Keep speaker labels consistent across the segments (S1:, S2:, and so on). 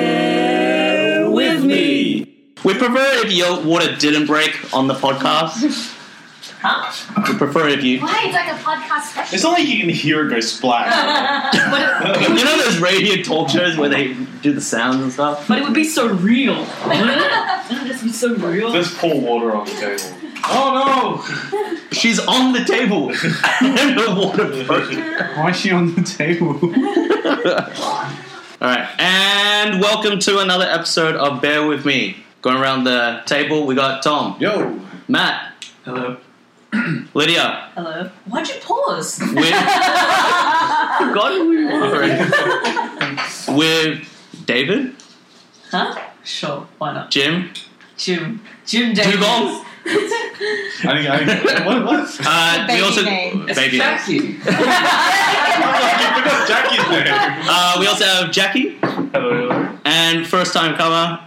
S1: Bear with me.
S2: We prefer if your water didn't break on the podcast.
S3: Huh?
S2: We prefer if you.
S3: Why? It's like a podcast special.
S4: It's not like you can hear it go splash.
S5: but, it,
S2: You know those radio talk shows where they do the sounds and stuff?
S5: but it would be so real. Wouldn't it? Wouldn't it just be so real?
S4: Let's pour water on the table. Oh
S2: She's on the table and her water broke.
S6: Why is she on the table?
S2: Alright, and welcome to another episode of Bear With Me. Going around the table, we got Tom,
S4: no! Yo!
S2: Matt,
S6: Hello.
S2: Lydia.
S5: Hello. Why'd you pause?
S2: We're, God, we With David,
S5: Huh? Sure. Why not?
S2: Jim,
S5: Jim. Jim Davis.
S2: Dugong.
S4: I think, I think, what, what?
S2: Uh, we
S3: Baby
S2: also
S3: name.
S2: baby. name.
S4: I forgot Jackie's name.
S2: Uh, we also have Jackie
S4: Hello.
S2: and first time comer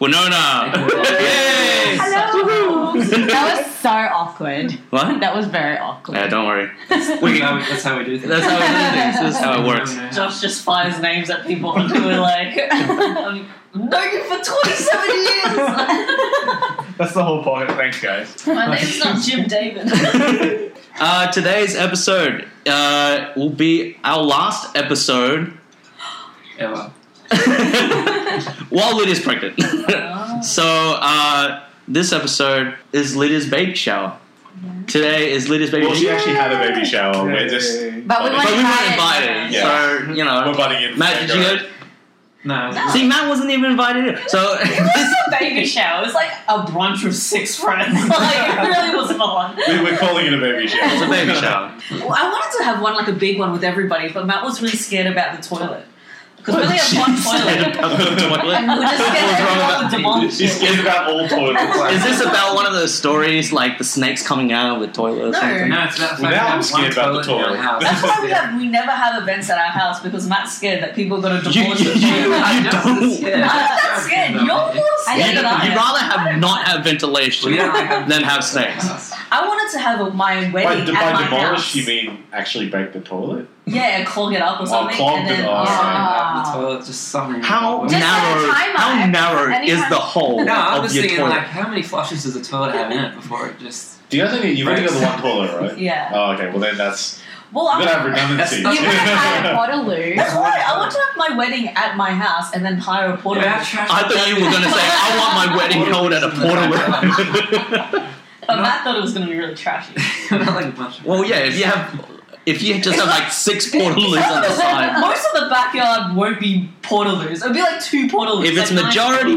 S2: Winona. Yay!
S3: Hello.
S1: That was so awkward.
S2: What?
S1: That was very awkward.
S2: Yeah, don't worry.
S6: That's how, we- that's how we do things.
S2: That's how we do things. This is how it works.
S5: Josh just fires names at people and we're like, I've known you for 27 years.
S4: That's the whole point. Thanks, guys.
S5: My name's not Jim David.
S2: Uh, today's episode uh, will be our last episode
S6: Ever.
S2: while Lydia's pregnant. so uh, this episode is Lydia's baby shower. Today is Lydia's baby
S4: Well, she
S2: shower.
S4: actually had a baby shower. We're just.
S1: but we
S2: But
S1: weren't
S2: we weren't
S1: invited.
S2: invited,
S4: Yeah.
S2: so you know.
S4: We're butting in.
S2: Matt, did you go?
S6: No.
S5: No.
S2: See, Matt wasn't even invited. In. So
S5: a baby shower. It was like a brunch with six friends. Like, it really wasn't a lot.
S4: We, we're calling it a baby
S2: it's a
S4: shower.
S2: baby shower.
S5: Well, I wanted to have one, like a big one with everybody, but Matt was really scared about the toilet. Because we only have one toilet. And we were just scared
S2: What's
S5: that
S2: wrong
S5: everyone
S2: about-
S5: would demolish
S4: She's
S5: it.
S4: scared about all toilets.
S2: Is this about one of those stories like the snakes coming out of the toilet or
S5: No.
S2: something?
S6: No, it's that
S4: Well, now I'm
S6: fact
S4: scared
S6: that
S4: about the
S6: one
S4: toilet.
S6: in our
S5: That's
S6: house.
S5: why we have we never have events at our house because Matt's scared that people are going to
S2: You,
S5: divorce
S2: you, you,
S5: us.
S6: I'm
S2: you
S6: just
S2: don't.
S6: as scared.
S5: I'm not scared. You're more
S1: I
S5: scared
S1: think
S5: than I
S2: You'd
S5: am.
S2: rather have not have ventilation
S6: We don't have-
S2: than have snakes.
S5: I wanted to have a, my
S4: By,
S5: wedding at my
S4: by
S5: house.
S4: demolish, you mean actually bake the toilet?
S5: Yeah, clog it up or something,
S4: clog
S5: and
S4: it
S5: then
S4: up.
S5: yeah.
S6: The toilet, just something.
S2: How
S1: Just
S2: narrow?
S1: have a timer.
S2: How
S1: Every-
S2: narrow is
S1: anytime-
S2: the hole
S6: No, I'm
S2: of
S6: just
S2: your
S6: thinking
S2: toilet?
S6: like, how many flushes does a toilet have in it before it just?
S4: Do you guys think you've only got the one toilet, right?
S5: Yeah.
S4: Oh, okay. Well, then that's.
S5: Well,
S4: You're
S5: I'm,
S4: gonna have redundancy.
S1: You would have had a Waterloo.
S5: that's why I want to have my wedding at my house and then hire a portable.
S6: Yeah, trash
S2: I thought you were going to say, I want my wedding held at a portal.
S5: But Matt thought it was going to be really trashy.
S6: Not like a bunch of.
S2: well, yeah, if you have, if you just have like six portaloos on the side,
S5: Most of the backyard won't be portaloos. It'll be like two portaloos.
S2: if it's
S5: like nine
S2: majority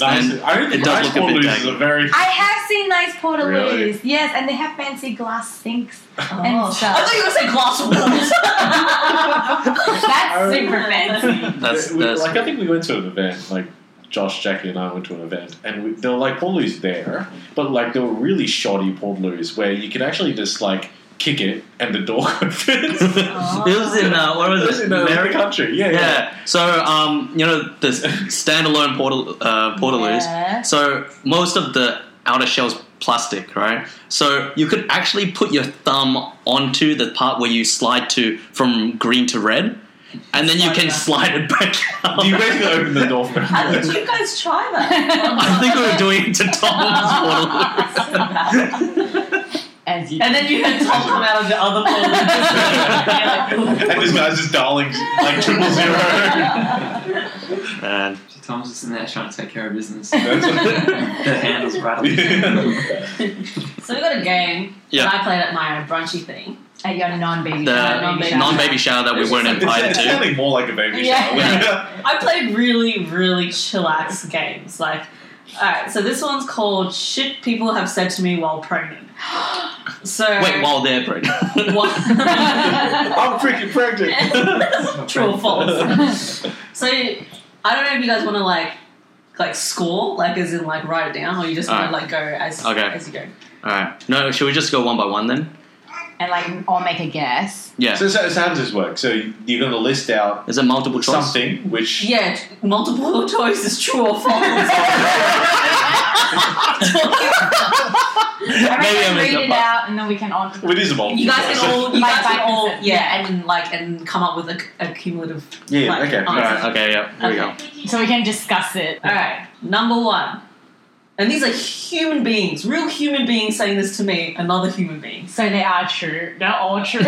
S2: portaloos,
S4: Nice.
S2: then
S4: I don't think
S2: it does
S4: nice
S2: look a bit
S4: toilets
S2: janky.
S4: is a very.
S1: I have seen nice Portaloos.
S4: Really?
S1: Yes, and they have fancy glass sinks
S5: Oh.
S1: and
S5: I
S1: stuff.
S5: thought you were going to say glass walls.
S1: That's super fancy.
S2: that's
S4: we,
S2: that's
S4: like I think we went to an event, like Josh, Jackie, and I went to an event, and we, there were like portaloos there, but like there were really shoddy portaloos where you could actually just like kick it and the door opens.
S2: it was in uh, what was it?
S4: in another
S2: America.
S4: country, yeah, yeah.
S2: Yeah. So um, you know the s- standalone portal uh, portaloos.
S1: Yeah.
S2: So most of the outer shell's plastic, right? So you could actually put your thumb onto the part where you slide to from green to red, and then you
S5: Slide
S2: can
S5: back.
S2: slide it back out.
S4: You basically open the door for
S5: How did
S4: everyone.
S5: you guys try that?
S2: I think we were doing it to Tom's
S1: As you
S5: And then you had Tom come out of the other portaloo. You're like,
S4: and this guy's just dialing like triple zero.
S2: portal. Man.
S6: Tom's just in there trying to take care of business.
S4: That's-
S6: the handle's rattling.
S5: So we got a game
S2: Yeah.
S5: that I played at my brunchy thing.
S1: at your non-baby
S2: The
S1: shower,
S5: non-baby
S1: shower.
S2: non-baby shower that we weren't invited
S4: it's it's
S2: to.
S4: sounding more like a baby
S1: Yeah.
S4: shower.
S5: I played really, really chillax games. Like, alright, so this one's called Shit People Have Said to Me While Pregnant. So.
S2: Wait, while they're pregnant.
S5: What?
S4: I'm freaking pregnant.
S5: True or false? so, I don't know if you guys want to, like, like score, like as in like write it down, or you just want
S2: Alright.
S5: to like go as
S2: Okay.
S5: as you go.
S2: All right. No, should we just go one by one then?
S1: and like all make a guess.
S2: Yeah.
S4: So, so, so how does this work? So you're going to list out
S2: Is it multiple choice?
S4: something which
S5: Yeah, multiple choice is true or false.
S1: Everyone
S2: Maybe I messed
S1: read
S2: up,
S1: it
S2: but-
S1: out and then we can all.
S4: it is a multiple.
S5: you guys
S4: choice.
S5: can all, you
S1: Like
S5: guys can
S1: five
S5: all,
S1: percent.
S5: yeah, and like and come up with a, a cumulative.
S4: yeah, yeah,
S5: like, oh.
S4: okay.
S5: answer.
S4: alright.
S2: Okay, yeah. Here we go.
S1: So we can discuss it.
S5: All right, number one, and these are human beings, real human beings saying this to me, another human being.
S1: So they are true. They're all true.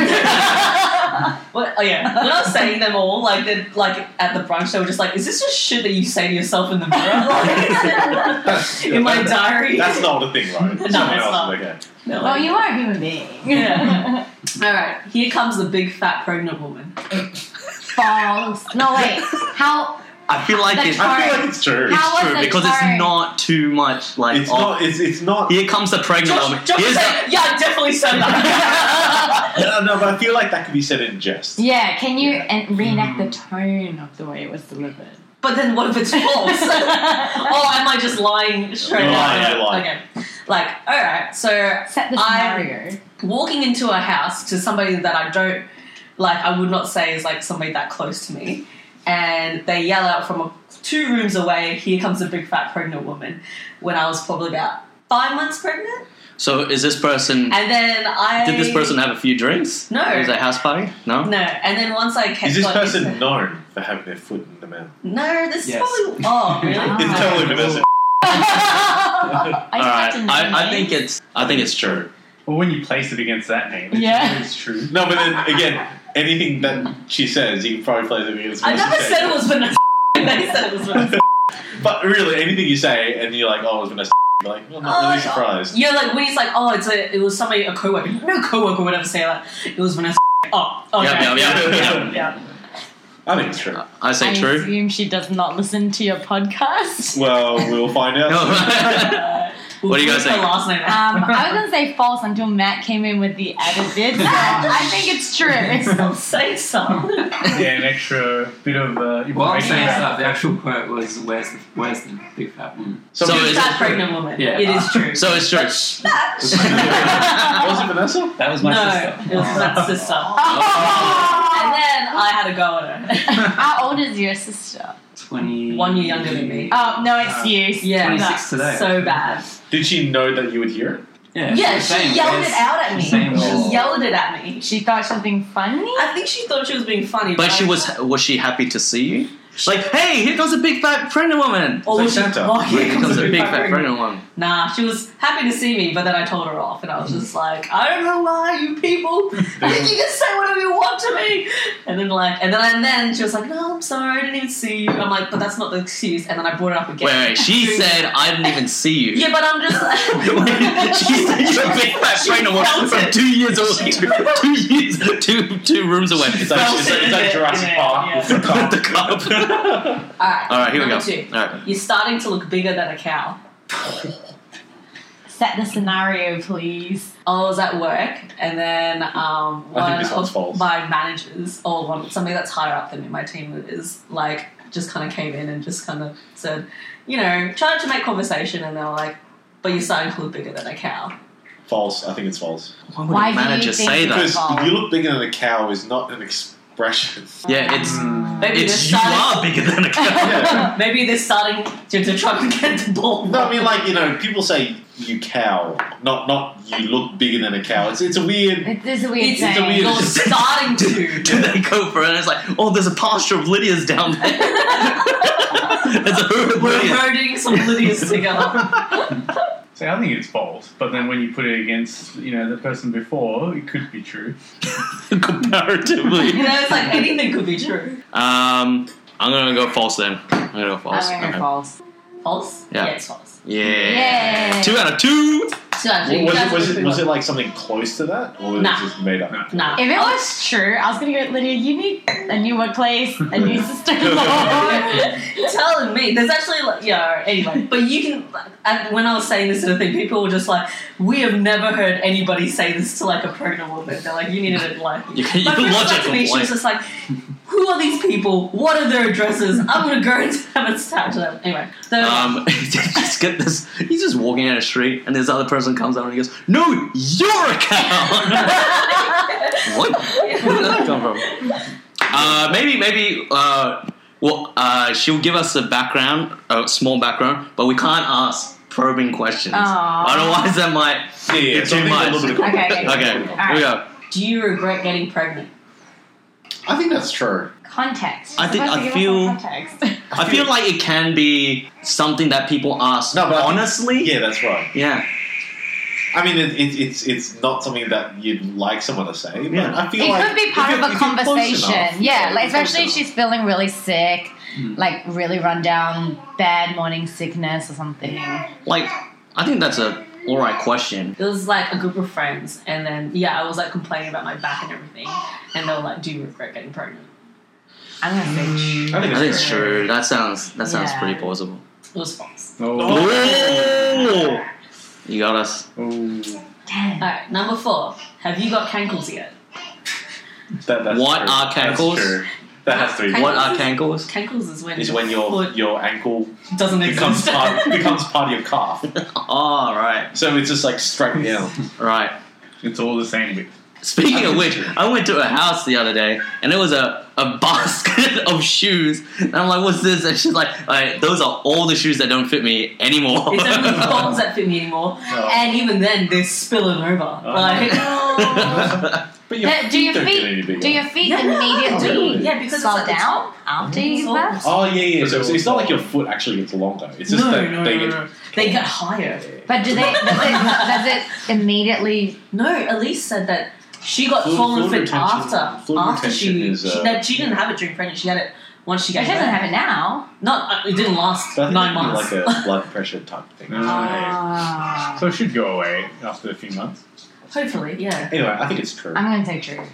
S5: Well, oh yeah, when I was saying them all, like they're like at the brunch, they were just like, "Is this just shit that you say to yourself in the mirror?" Like,
S4: That's,
S5: in my
S4: that's,
S5: diary.
S4: that's not a thing, right?
S5: No,
S4: Someone
S5: it's
S4: else is
S5: not.
S4: like, okay.
S5: No,
S7: Oh,
S1: well,
S5: like-
S1: you are a human being.
S5: Yeah. all right, here comes the big fat pregnant woman.
S1: False. No wait. How?
S2: I feel like
S1: That's
S2: it's
S1: hard.
S4: I feel
S1: Alright.
S4: like it's true.
S1: How
S2: it's
S1: was
S2: true
S1: it?
S2: because
S1: Sorry.
S2: it's not too much like
S4: it's
S2: oh,
S4: not. It's, it's not.
S2: here comes the pregnant
S5: Josh,
S2: woman.
S5: Josh
S2: Here's
S5: said, "Yeah, I definitely said that."
S4: No, no, but I feel like that could be said in jest.
S1: Yeah. Mm. Can you
S4: Yeah.
S1: en- reenact the tone of the way it was delivered?
S5: But then what if it's false? oh, am I just lying straight
S4: You're
S5: up?
S4: lying, you're lying.
S5: Okay. Like, alright, so
S1: Set the
S5: I-
S1: scenario.
S5: walking into a house to somebody that I don't like I would not say is like somebody that close to me and they yell out from a, two rooms away, here comes a big fat pregnant woman when I was probably about five months pregnant.
S2: So is this person?
S5: And then I
S2: Did this person have a few drinks?
S5: No.
S2: It was a house party. No.
S5: No, and then once I kept
S4: Is this
S5: got used to-
S4: person known for having their foot in the mouth?
S5: No, this
S6: Yes.
S5: is probably Oh, really?
S4: It's totally Vanessa.
S1: I
S2: All
S1: just
S2: right.
S1: have to know
S2: I, I
S1: names.
S2: think it's. I think it's true.
S8: Well, when you place it against that name, it's
S1: Yeah.
S8: always true.
S4: No, but then again, anything that she says, you can probably play the video.
S5: I never said it was Vanessa. they said it was Vanessa.
S4: But really, anything you say, and you're like, oh, it was Vanessa. You're like, well, I'm not
S5: Oh,
S4: really
S5: God.
S4: surprised.
S5: Yeah, like when he's like, oh, it's a, it was somebody, a coworker. No coworker would ever say that. It was Vanessa. Oh, okay.
S2: Yeah, yeah, yeah,
S5: yeah.
S2: yeah.
S4: I think it's true.
S2: I say
S1: I
S2: true.
S1: assume she does not listen to your podcast.
S4: Well, we'll find out.
S5: Uh,
S2: What do you guys
S5: what's her
S2: think?
S5: Last name.
S1: Um, I was gonna say false until Matt came in with the added bit. So I think it's true.
S5: Don't say so.
S8: Yeah, an extra bit of uh,
S6: While I'm
S8: information.
S6: saying
S1: Yeah.
S6: stuff, the actual quote was, "Where's the where's the big fat woman?"
S4: So,
S2: So
S4: was
S2: is
S5: Fat pregnant woman.
S6: Yeah.
S5: It is true.
S2: So it's true.
S4: it Vanessa?
S6: That was
S5: no,
S6: my
S5: it
S6: sister.
S5: was Matt's sister. And
S1: Oh.
S5: then I had a go at her.
S1: How old is your sister?
S6: Twenty.
S5: One year younger than me.
S1: Oh no excuse.
S5: Yeah,
S6: 26 today.
S5: so bad.
S4: Did she know that you would hear it?
S6: Yeah,
S5: yeah,
S6: she's
S5: she
S6: the same.
S5: yelled
S6: Where's-
S5: it out at me.
S6: she's the same.
S5: She yelled it at me.
S1: She thought she was being funny.
S5: I think she thought she was being funny,
S2: But she
S5: I-
S2: was. Was she happy to see you? Like, hey, here comes a big fat pregnant woman.
S5: Or
S4: Like
S5: was she?
S4: Santa.
S5: Oh, here
S2: Here comes a big fat
S5: pregnant
S2: pregnant woman.
S5: Nah, she was happy to see me, but then I told her off, and I was just like, I don't know why you people think you can say whatever you want to me. And then like, and then and then she was like, No, I'm sorry, I didn't even see you. I'm like, but that's not the excuse. And then I brought it up again.
S2: Wait, wait. She said, I didn't even see you.
S5: Yeah, but I'm
S2: Wait,
S5: just.
S2: she said you're a big fat
S5: She
S2: pregnant woman
S5: felt
S2: from
S5: it.
S2: two years old, two, two years, two two rooms away.
S4: It's like,
S5: felt
S4: it's like,
S5: it
S4: it's
S5: in
S4: like
S5: it,
S4: Jurassic
S5: yeah,
S4: Park with
S5: yeah.
S4: the car.
S2: the cup.
S5: All right.
S2: All right, here we go.
S5: number Two.
S2: All right.
S5: You're starting to look bigger than a cow.
S1: Set the scenario, please.
S5: I was at work, and then um,
S4: I think
S5: one
S4: this one's
S5: of
S4: false.
S5: my managers, or one somebody that's higher up than me, my team is like just kind of came in and just kind of said, you know, tried to make conversation, and they were like, "But you're starting to look bigger than a cow."
S4: oh, False. I think it's false.
S2: Why
S1: Why
S2: would a
S1: do you
S2: manager
S1: think
S2: say
S1: it's
S2: that?
S4: Because
S1: false.
S4: you look bigger than a cow is not an expression.
S2: Yeah, it's
S6: Mm.
S5: Maybe
S2: it's you
S5: they're starting.
S2: are bigger than a cow.
S4: Yeah.
S5: Maybe they're starting to, to try and get the ball.
S4: No, I mean
S5: rolling.
S4: like you know, people say you cow, not not you look bigger than a cow. It's it's a weird.
S1: It is a weird Oh,
S5: It's-
S1: saying.
S4: it's a weird-
S5: you're starting to.
S2: Do they go for it? And it's like, oh, there's a pasture of Lydias down there. there's a herd of
S5: We're
S2: Lydias.
S5: herding some Lydias together.
S8: So I think it's false, but then when you put it against, you know, the person before, it could be true.
S2: Comparatively,
S5: You know, it's like anything could be true.
S2: um, I'm gonna go false then. I'm gonna go false.
S1: I'm
S2: Okay.
S1: gonna false.
S5: False?
S2: Yeah.
S5: it's false.
S2: Yeah.
S1: Yay.
S2: Two out of two.
S5: So actually,
S4: was
S5: that's
S4: it was
S5: pretty
S4: it was
S5: well.
S4: it like something close to that, or was
S5: Nah.
S4: it just made up?
S5: Nah.
S1: If it was true, I was gonna go, Lydia, you need a new workplace, a new sister in law.
S5: telling me there's actually like yeah anyway but you can like, and when i was saying this sort of thing people were just like we have never heard anybody say this to like a pregnant woman they're like you needed it like
S2: You can, you
S5: my
S2: can
S5: friend
S2: watch
S5: said
S2: it
S5: to me she
S2: for
S5: was just like who are these people? What are their addresses? I'm gonna go and have a chat to them. Anyway, so
S2: Um, just get this. He's just walking down the street, and this other person comes up and he goes, "No, your account." what? Where did that come from? Uh, maybe, maybe. Uh, well, uh, she'll give us a background, a small background, but we can't ask probing questions.
S1: Aw.
S2: Otherwise, that might.
S4: Yeah, yeah,
S2: It's
S4: so I
S2: too
S4: think
S2: much.
S4: a little bit of-
S1: Okay, okay,
S2: Okay,
S1: All
S2: here
S1: right.
S2: we go.
S5: do you regret getting pregnant?
S4: I think that's true.
S1: Context.
S2: I
S1: You're
S2: think-
S1: supposed
S2: I
S1: to give us some context.
S2: I feel like it can be something that people ask
S4: No, but I think-
S2: honestly.
S4: Yeah, that's right.
S2: yeah.
S4: I mean, it, it, it's it's not something that you'd like someone to say, but
S2: Yeah.
S4: I feel
S7: It
S4: like
S7: could be
S4: if
S7: part
S4: you're-
S7: of a
S4: if you're close enough,
S7: conversation. Yeah, like
S4: if you're
S7: especially if
S4: close Hmm.
S7: she's feeling really sick,
S6: Mm.
S7: like really run down, bad morning sickness or something.
S2: Like, I think that's a alright question.
S5: It was like a group of friends, and then yeah, I was like complaining about my back and everything, and they were like, "Do you regret getting pregnant?"
S7: I'm gonna say ch-
S4: enough. I think
S2: I
S4: it's
S2: think it's
S4: true.
S2: true. That sounds that sounds
S7: Yeah.
S2: pretty plausible.
S5: It was false.
S8: Oh.
S2: Oh. You got us.
S8: Oh.
S5: All
S7: damn.
S5: right, number four. Have you got cankles yet?
S4: That, that's
S2: What
S4: true.
S2: are cankles?
S4: That's true. That has to be.
S5: Cankles
S2: What are cankles?
S5: Cankles is when
S4: Is when your
S5: foot
S4: your ankle
S5: doesn't
S4: becomes
S5: exist.
S4: part becomes part of your calf,
S2: All right,
S4: so it's just like straight down.
S2: right.
S8: It's all the same bit.
S2: Speaking of which, I went to a house the other day and there was a, a basket of shoes. And I'm like, what's this? And she's like, "All right, those are all the shoes that don't fit me anymore.
S5: It's only the bombs that fit me anymore, and even then they're spilling over. Like,
S4: But your
S7: Do your
S4: don't get
S7: feet-
S4: any bigger.
S7: Do your feet
S5: Yeah, no,
S7: immediately
S4: really?
S5: yeah, because it's
S7: slow
S5: like the
S7: down after you
S5: Mhm.
S7: left?
S4: Oh yeah, yeah. So it's, it's not like your foot actually gets longer. It's just
S5: no,
S4: that
S5: no,
S4: they
S5: no,
S4: get.
S5: no. They get higher.
S7: But do they? Does it, does it immediately?
S5: No, Elise said that she got
S4: Fluid-
S5: fallen
S4: fluid
S5: fit
S4: retention-
S5: after
S4: fluid
S5: after she,
S4: retention is,
S5: she
S4: uh,
S5: that she didn't have it during pregnancy. She had it once she
S7: It
S5: got
S7: doesn't have it now.
S5: Not uh, it didn't last
S4: So I think
S5: nine
S4: it'd be
S5: months.
S4: like a blood pressure type thing.
S8: Ah.
S7: Ah.
S8: So it should go away after a few months.
S5: Hopefully, yeah.
S4: Anyway, I think it's true.
S7: I'm gonna say true.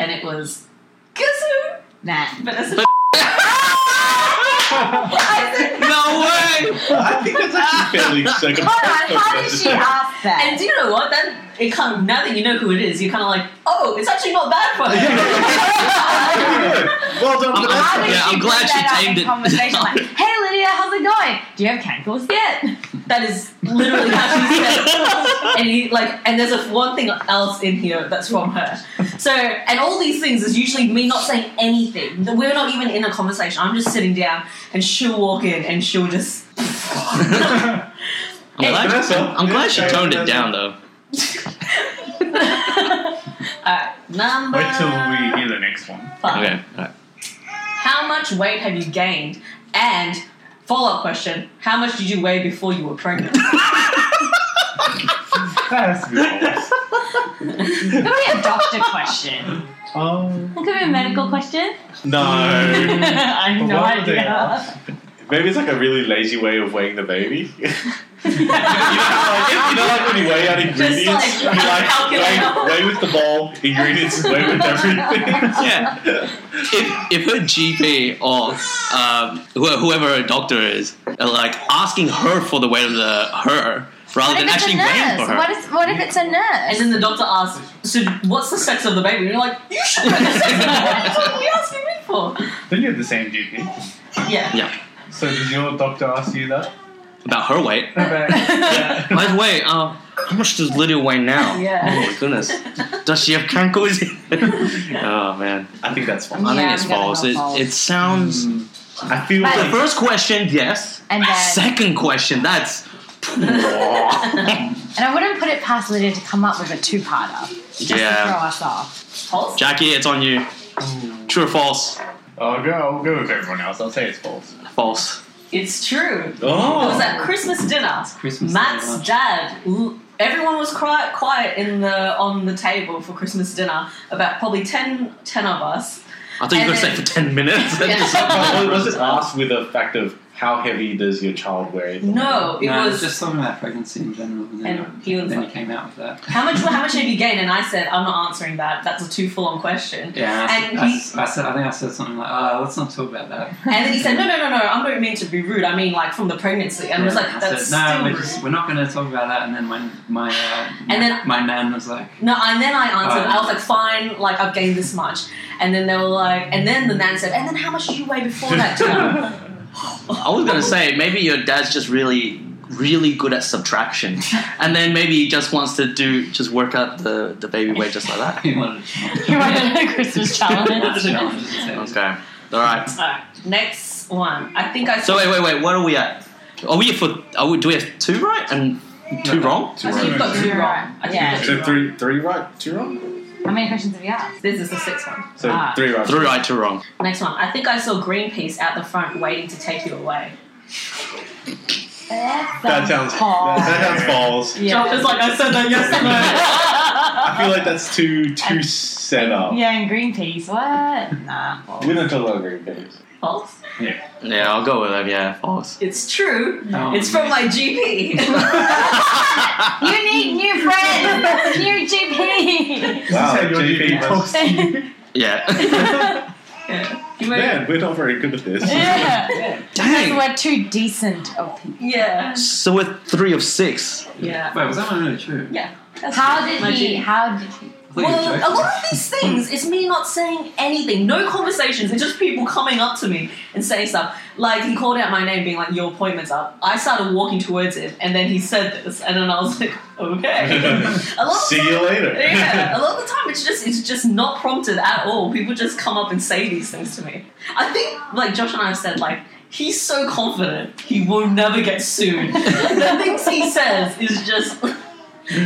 S5: And it was Kazoo,
S7: Nah.
S5: Vanessa.
S2: no way!
S4: I think that's actually fairly
S7: Hold on.
S4: circumstantial.
S7: How did she ask that?
S5: And do you know what? That it kind of now that you know who it is, you're kind of like, oh, it's actually not bad for her.
S4: well done.
S2: I'm-
S4: for
S7: How did
S4: that.
S2: Yeah,
S7: she
S2: I'm glad
S7: bring
S2: she
S7: that up
S2: tamed
S7: in
S2: it.
S7: Conversation like, "Hey Lydia, how's it going? Do you have cankles yet?"
S5: that is literally how she said. it. And you like, and there's a one thing else in here that's from her. So, and all these things is usually me not saying anything. We're not even in a conversation. I'm just sitting down, and she'll walk in, and she'll just.
S2: I'm glad,
S4: Vanessa.
S2: I'm glad she
S4: Yeah,
S2: toned it
S4: Vanessa.
S2: down though.
S5: Alright, Uh, number.
S8: Wait till we hear the next one.
S5: five.
S2: Okay, alright.
S5: How much weight have you gained? And follow up question: How much did you weigh before you were pregnant?
S8: That has to be false.
S7: It could be a doctor question.
S8: Oh.
S1: It could be a medical question.
S7: Oh,
S4: No.
S1: I have no
S8: Why would they
S1: idea.
S8: ask?
S4: Maybe it's like a really lazy way of weighing the baby. you, know, like, you know, like when you weigh out ingredients,
S5: Just like-
S4: you like
S5: Calculate.
S4: weigh, weigh with the ball, ingredients, weigh with everything.
S2: Yeah. If, if her GP or um, wh- whoever her doctor is, are, like asking her for the weight of the her rather
S7: What
S2: than
S7: if it's a
S2: actually waiting
S7: nurse?
S2: for her.
S7: What, is, what if it's a
S5: And
S7: nurse?
S5: then the doctor asks, "So what's the sex of the baby?" And you're like, "You should know the sex of the baby. That's what are you asking me for?"
S8: Then you have the same GP.
S5: Yeah.
S8: So does your doctor ask you that?
S2: About her weight.
S8: About-
S2: By the way, um, how much does Lydia weigh now?
S5: Yeah.
S2: Oh my goodness. Does she have cankles? oh man.
S4: I think that's fine.
S2: I
S7: Yeah,
S2: think it's
S7: I'm gonna
S2: false.
S7: go
S2: It,
S7: false. Hmm.
S2: it sounds.
S4: I feel
S7: But-
S2: The
S4: like
S2: first question, yes.
S7: And then,
S2: Second question, that's.
S7: and I wouldn't put it past Lydia to come up with a two-parter just to
S2: yeah.
S7: throw us off.
S5: Pulse?
S2: Jackie, it's on you. True or false?
S8: I'll go. I'll go with everyone else. I'll say it's false.
S2: False.
S5: It's true. It was
S4: oh,
S5: at Christmas dinner.
S6: Christmas.
S5: Matt's
S6: dinner.
S5: dad. l- Everyone was quiet, quiet in the on the table for Christmas dinner. About probably 10, 10 of us.
S2: I thought you were
S5: And
S2: going to say for
S5: then-
S2: 10 minutes.
S5: Yeah.
S4: was, was it asked with a fact of how heavy does your child weigh?
S5: No, Oh, it
S6: no,
S5: was
S6: it's just talking about pregnancy in general, and then,
S5: And he was
S6: then
S5: like,
S6: he came out with that.
S5: how much? How much have you gained? And I said, I'm not answering that. That's a too full-on question.
S6: Yeah, and I,
S5: And
S6: s- I
S5: he-
S6: s- I said, I think I said something like, "Oh, let's not talk about that."
S5: And then he said, no, no, no, no. I don't mean to be rude. I mean like from the pregnancy. And I was
S6: Yeah,
S5: like,
S6: I
S5: that's
S6: said, "No,
S5: still
S6: we're,
S5: rude.
S6: just, we're not going to talk about that." And then my my uh,
S5: And then-
S6: my nan was like,
S5: No, and then I answered. I
S6: Oh.
S5: was like, fine, like I've gained this much. And then they were like, and then the nan said, and then how much did you weigh before that? Too?
S2: I was gonna say maybe your dad's just really, really good at subtraction, and then maybe he just wants to do just work out the, the baby weight just like that.
S6: "He wanted to
S1: You wanted a Christmas challenge.
S2: Okay, all right.
S5: Alright, next one. I think I
S2: So wait, wait, wait. What are we at? Are we for? Are we, do we have two right and two wrong?
S4: Two
S5: I think you've
S4: right.
S5: got two wrong. I think
S7: Yeah.
S5: you've got two
S4: So
S5: wrong.
S4: three, three right, two wrong.
S7: How many questions have you asked?
S5: This is the sixth one.
S4: So
S7: Ah.
S4: three right.
S2: Three right, two wrong.
S5: Next one. I think I saw Greenpeace at the front waiting to take you away.
S4: That sounds
S7: False.
S4: that sounds false.
S7: Yeah.
S5: Josh is like, I said that yesterday.
S4: I feel like that's too too set up.
S1: Yeah, and Greenpeace. What? Nah.
S4: We don't talk about green things.
S5: False.
S2: Yeah, I'll go with them. Yeah, false.
S5: It's true.
S6: Oh,
S5: It's from my GP.
S7: You need new friends! new GP!
S8: This is how your
S4: JP
S8: GP
S4: must-
S8: talks to you.
S2: yeah.
S5: yeah. You were-
S4: Man, we're not very good at this.
S1: Yeah.
S7: Because
S2: Dang.
S7: we're too decent of people.
S5: yeah.
S2: So we're three of six.
S5: Yeah.
S6: Wait, was that one really true?
S5: That's
S7: How
S5: true.
S7: did
S5: My
S7: he?
S5: GP.
S7: How did he?
S6: I thought you were
S5: Well,
S6: joking.
S5: a lot of these things is me not saying anything, no conversations, and just people coming up to me and saying stuff. Like he called out my name, being like, "Your appointment's up." I started walking towards him, and then he said this, and then I was like, "Okay." a lot of
S4: See you later.
S5: yeah, a lot of the time it's just it's just not prompted at all. People just come up and say these things to me. I think like Josh and I have said like he's so confident he will never get sued. the things he says is just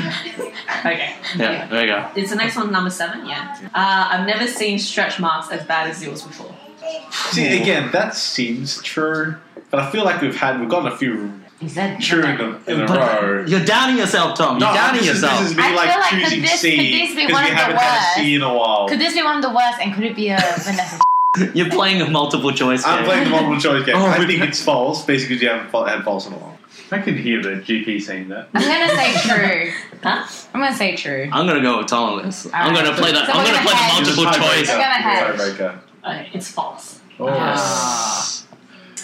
S5: okay.
S2: Yeah, there you go.
S5: It's the next one, number seven. Yeah, uh, I've never seen stretch marks as bad as yours before.
S4: See again, that seems true, but I feel like we've had we've gotten a few
S7: He said
S4: true in a, in a
S2: But
S4: row.
S2: You're downing yourself, Tom. You're
S4: No,
S2: downing
S4: this is,
S2: yourself.
S4: this is me
S7: I
S4: like
S7: feel like could
S4: choosing
S7: this- could
S4: C
S7: this be
S4: because we
S7: one of the
S4: haven't had
S7: worst?
S4: a C in a while.
S7: Could this be one of the worst? And could it be a Vanessa?
S2: You're playing a multiple choice game.
S4: I'm playing the multiple choice game.
S2: Oh,
S4: I
S2: we've-
S4: think it's false, basically because you haven't fal- had false in a while.
S8: I could hear the GP saying that.
S7: I'm gonna say true.
S5: Huh?
S7: I'm gonna say true.
S2: I'm gonna go with Tom on this. I'm
S7: Alright.
S2: gonna play the.
S7: So
S2: I'm
S7: we're
S2: gonna
S7: gonna
S2: play the
S7: head.
S2: multiple
S4: It's a
S2: choice.
S7: We're gonna
S4: tiebreaker.
S7: have-
S4: It's a tiebreaker.
S5: Okay, it's false.
S8: Oh.
S7: Yes.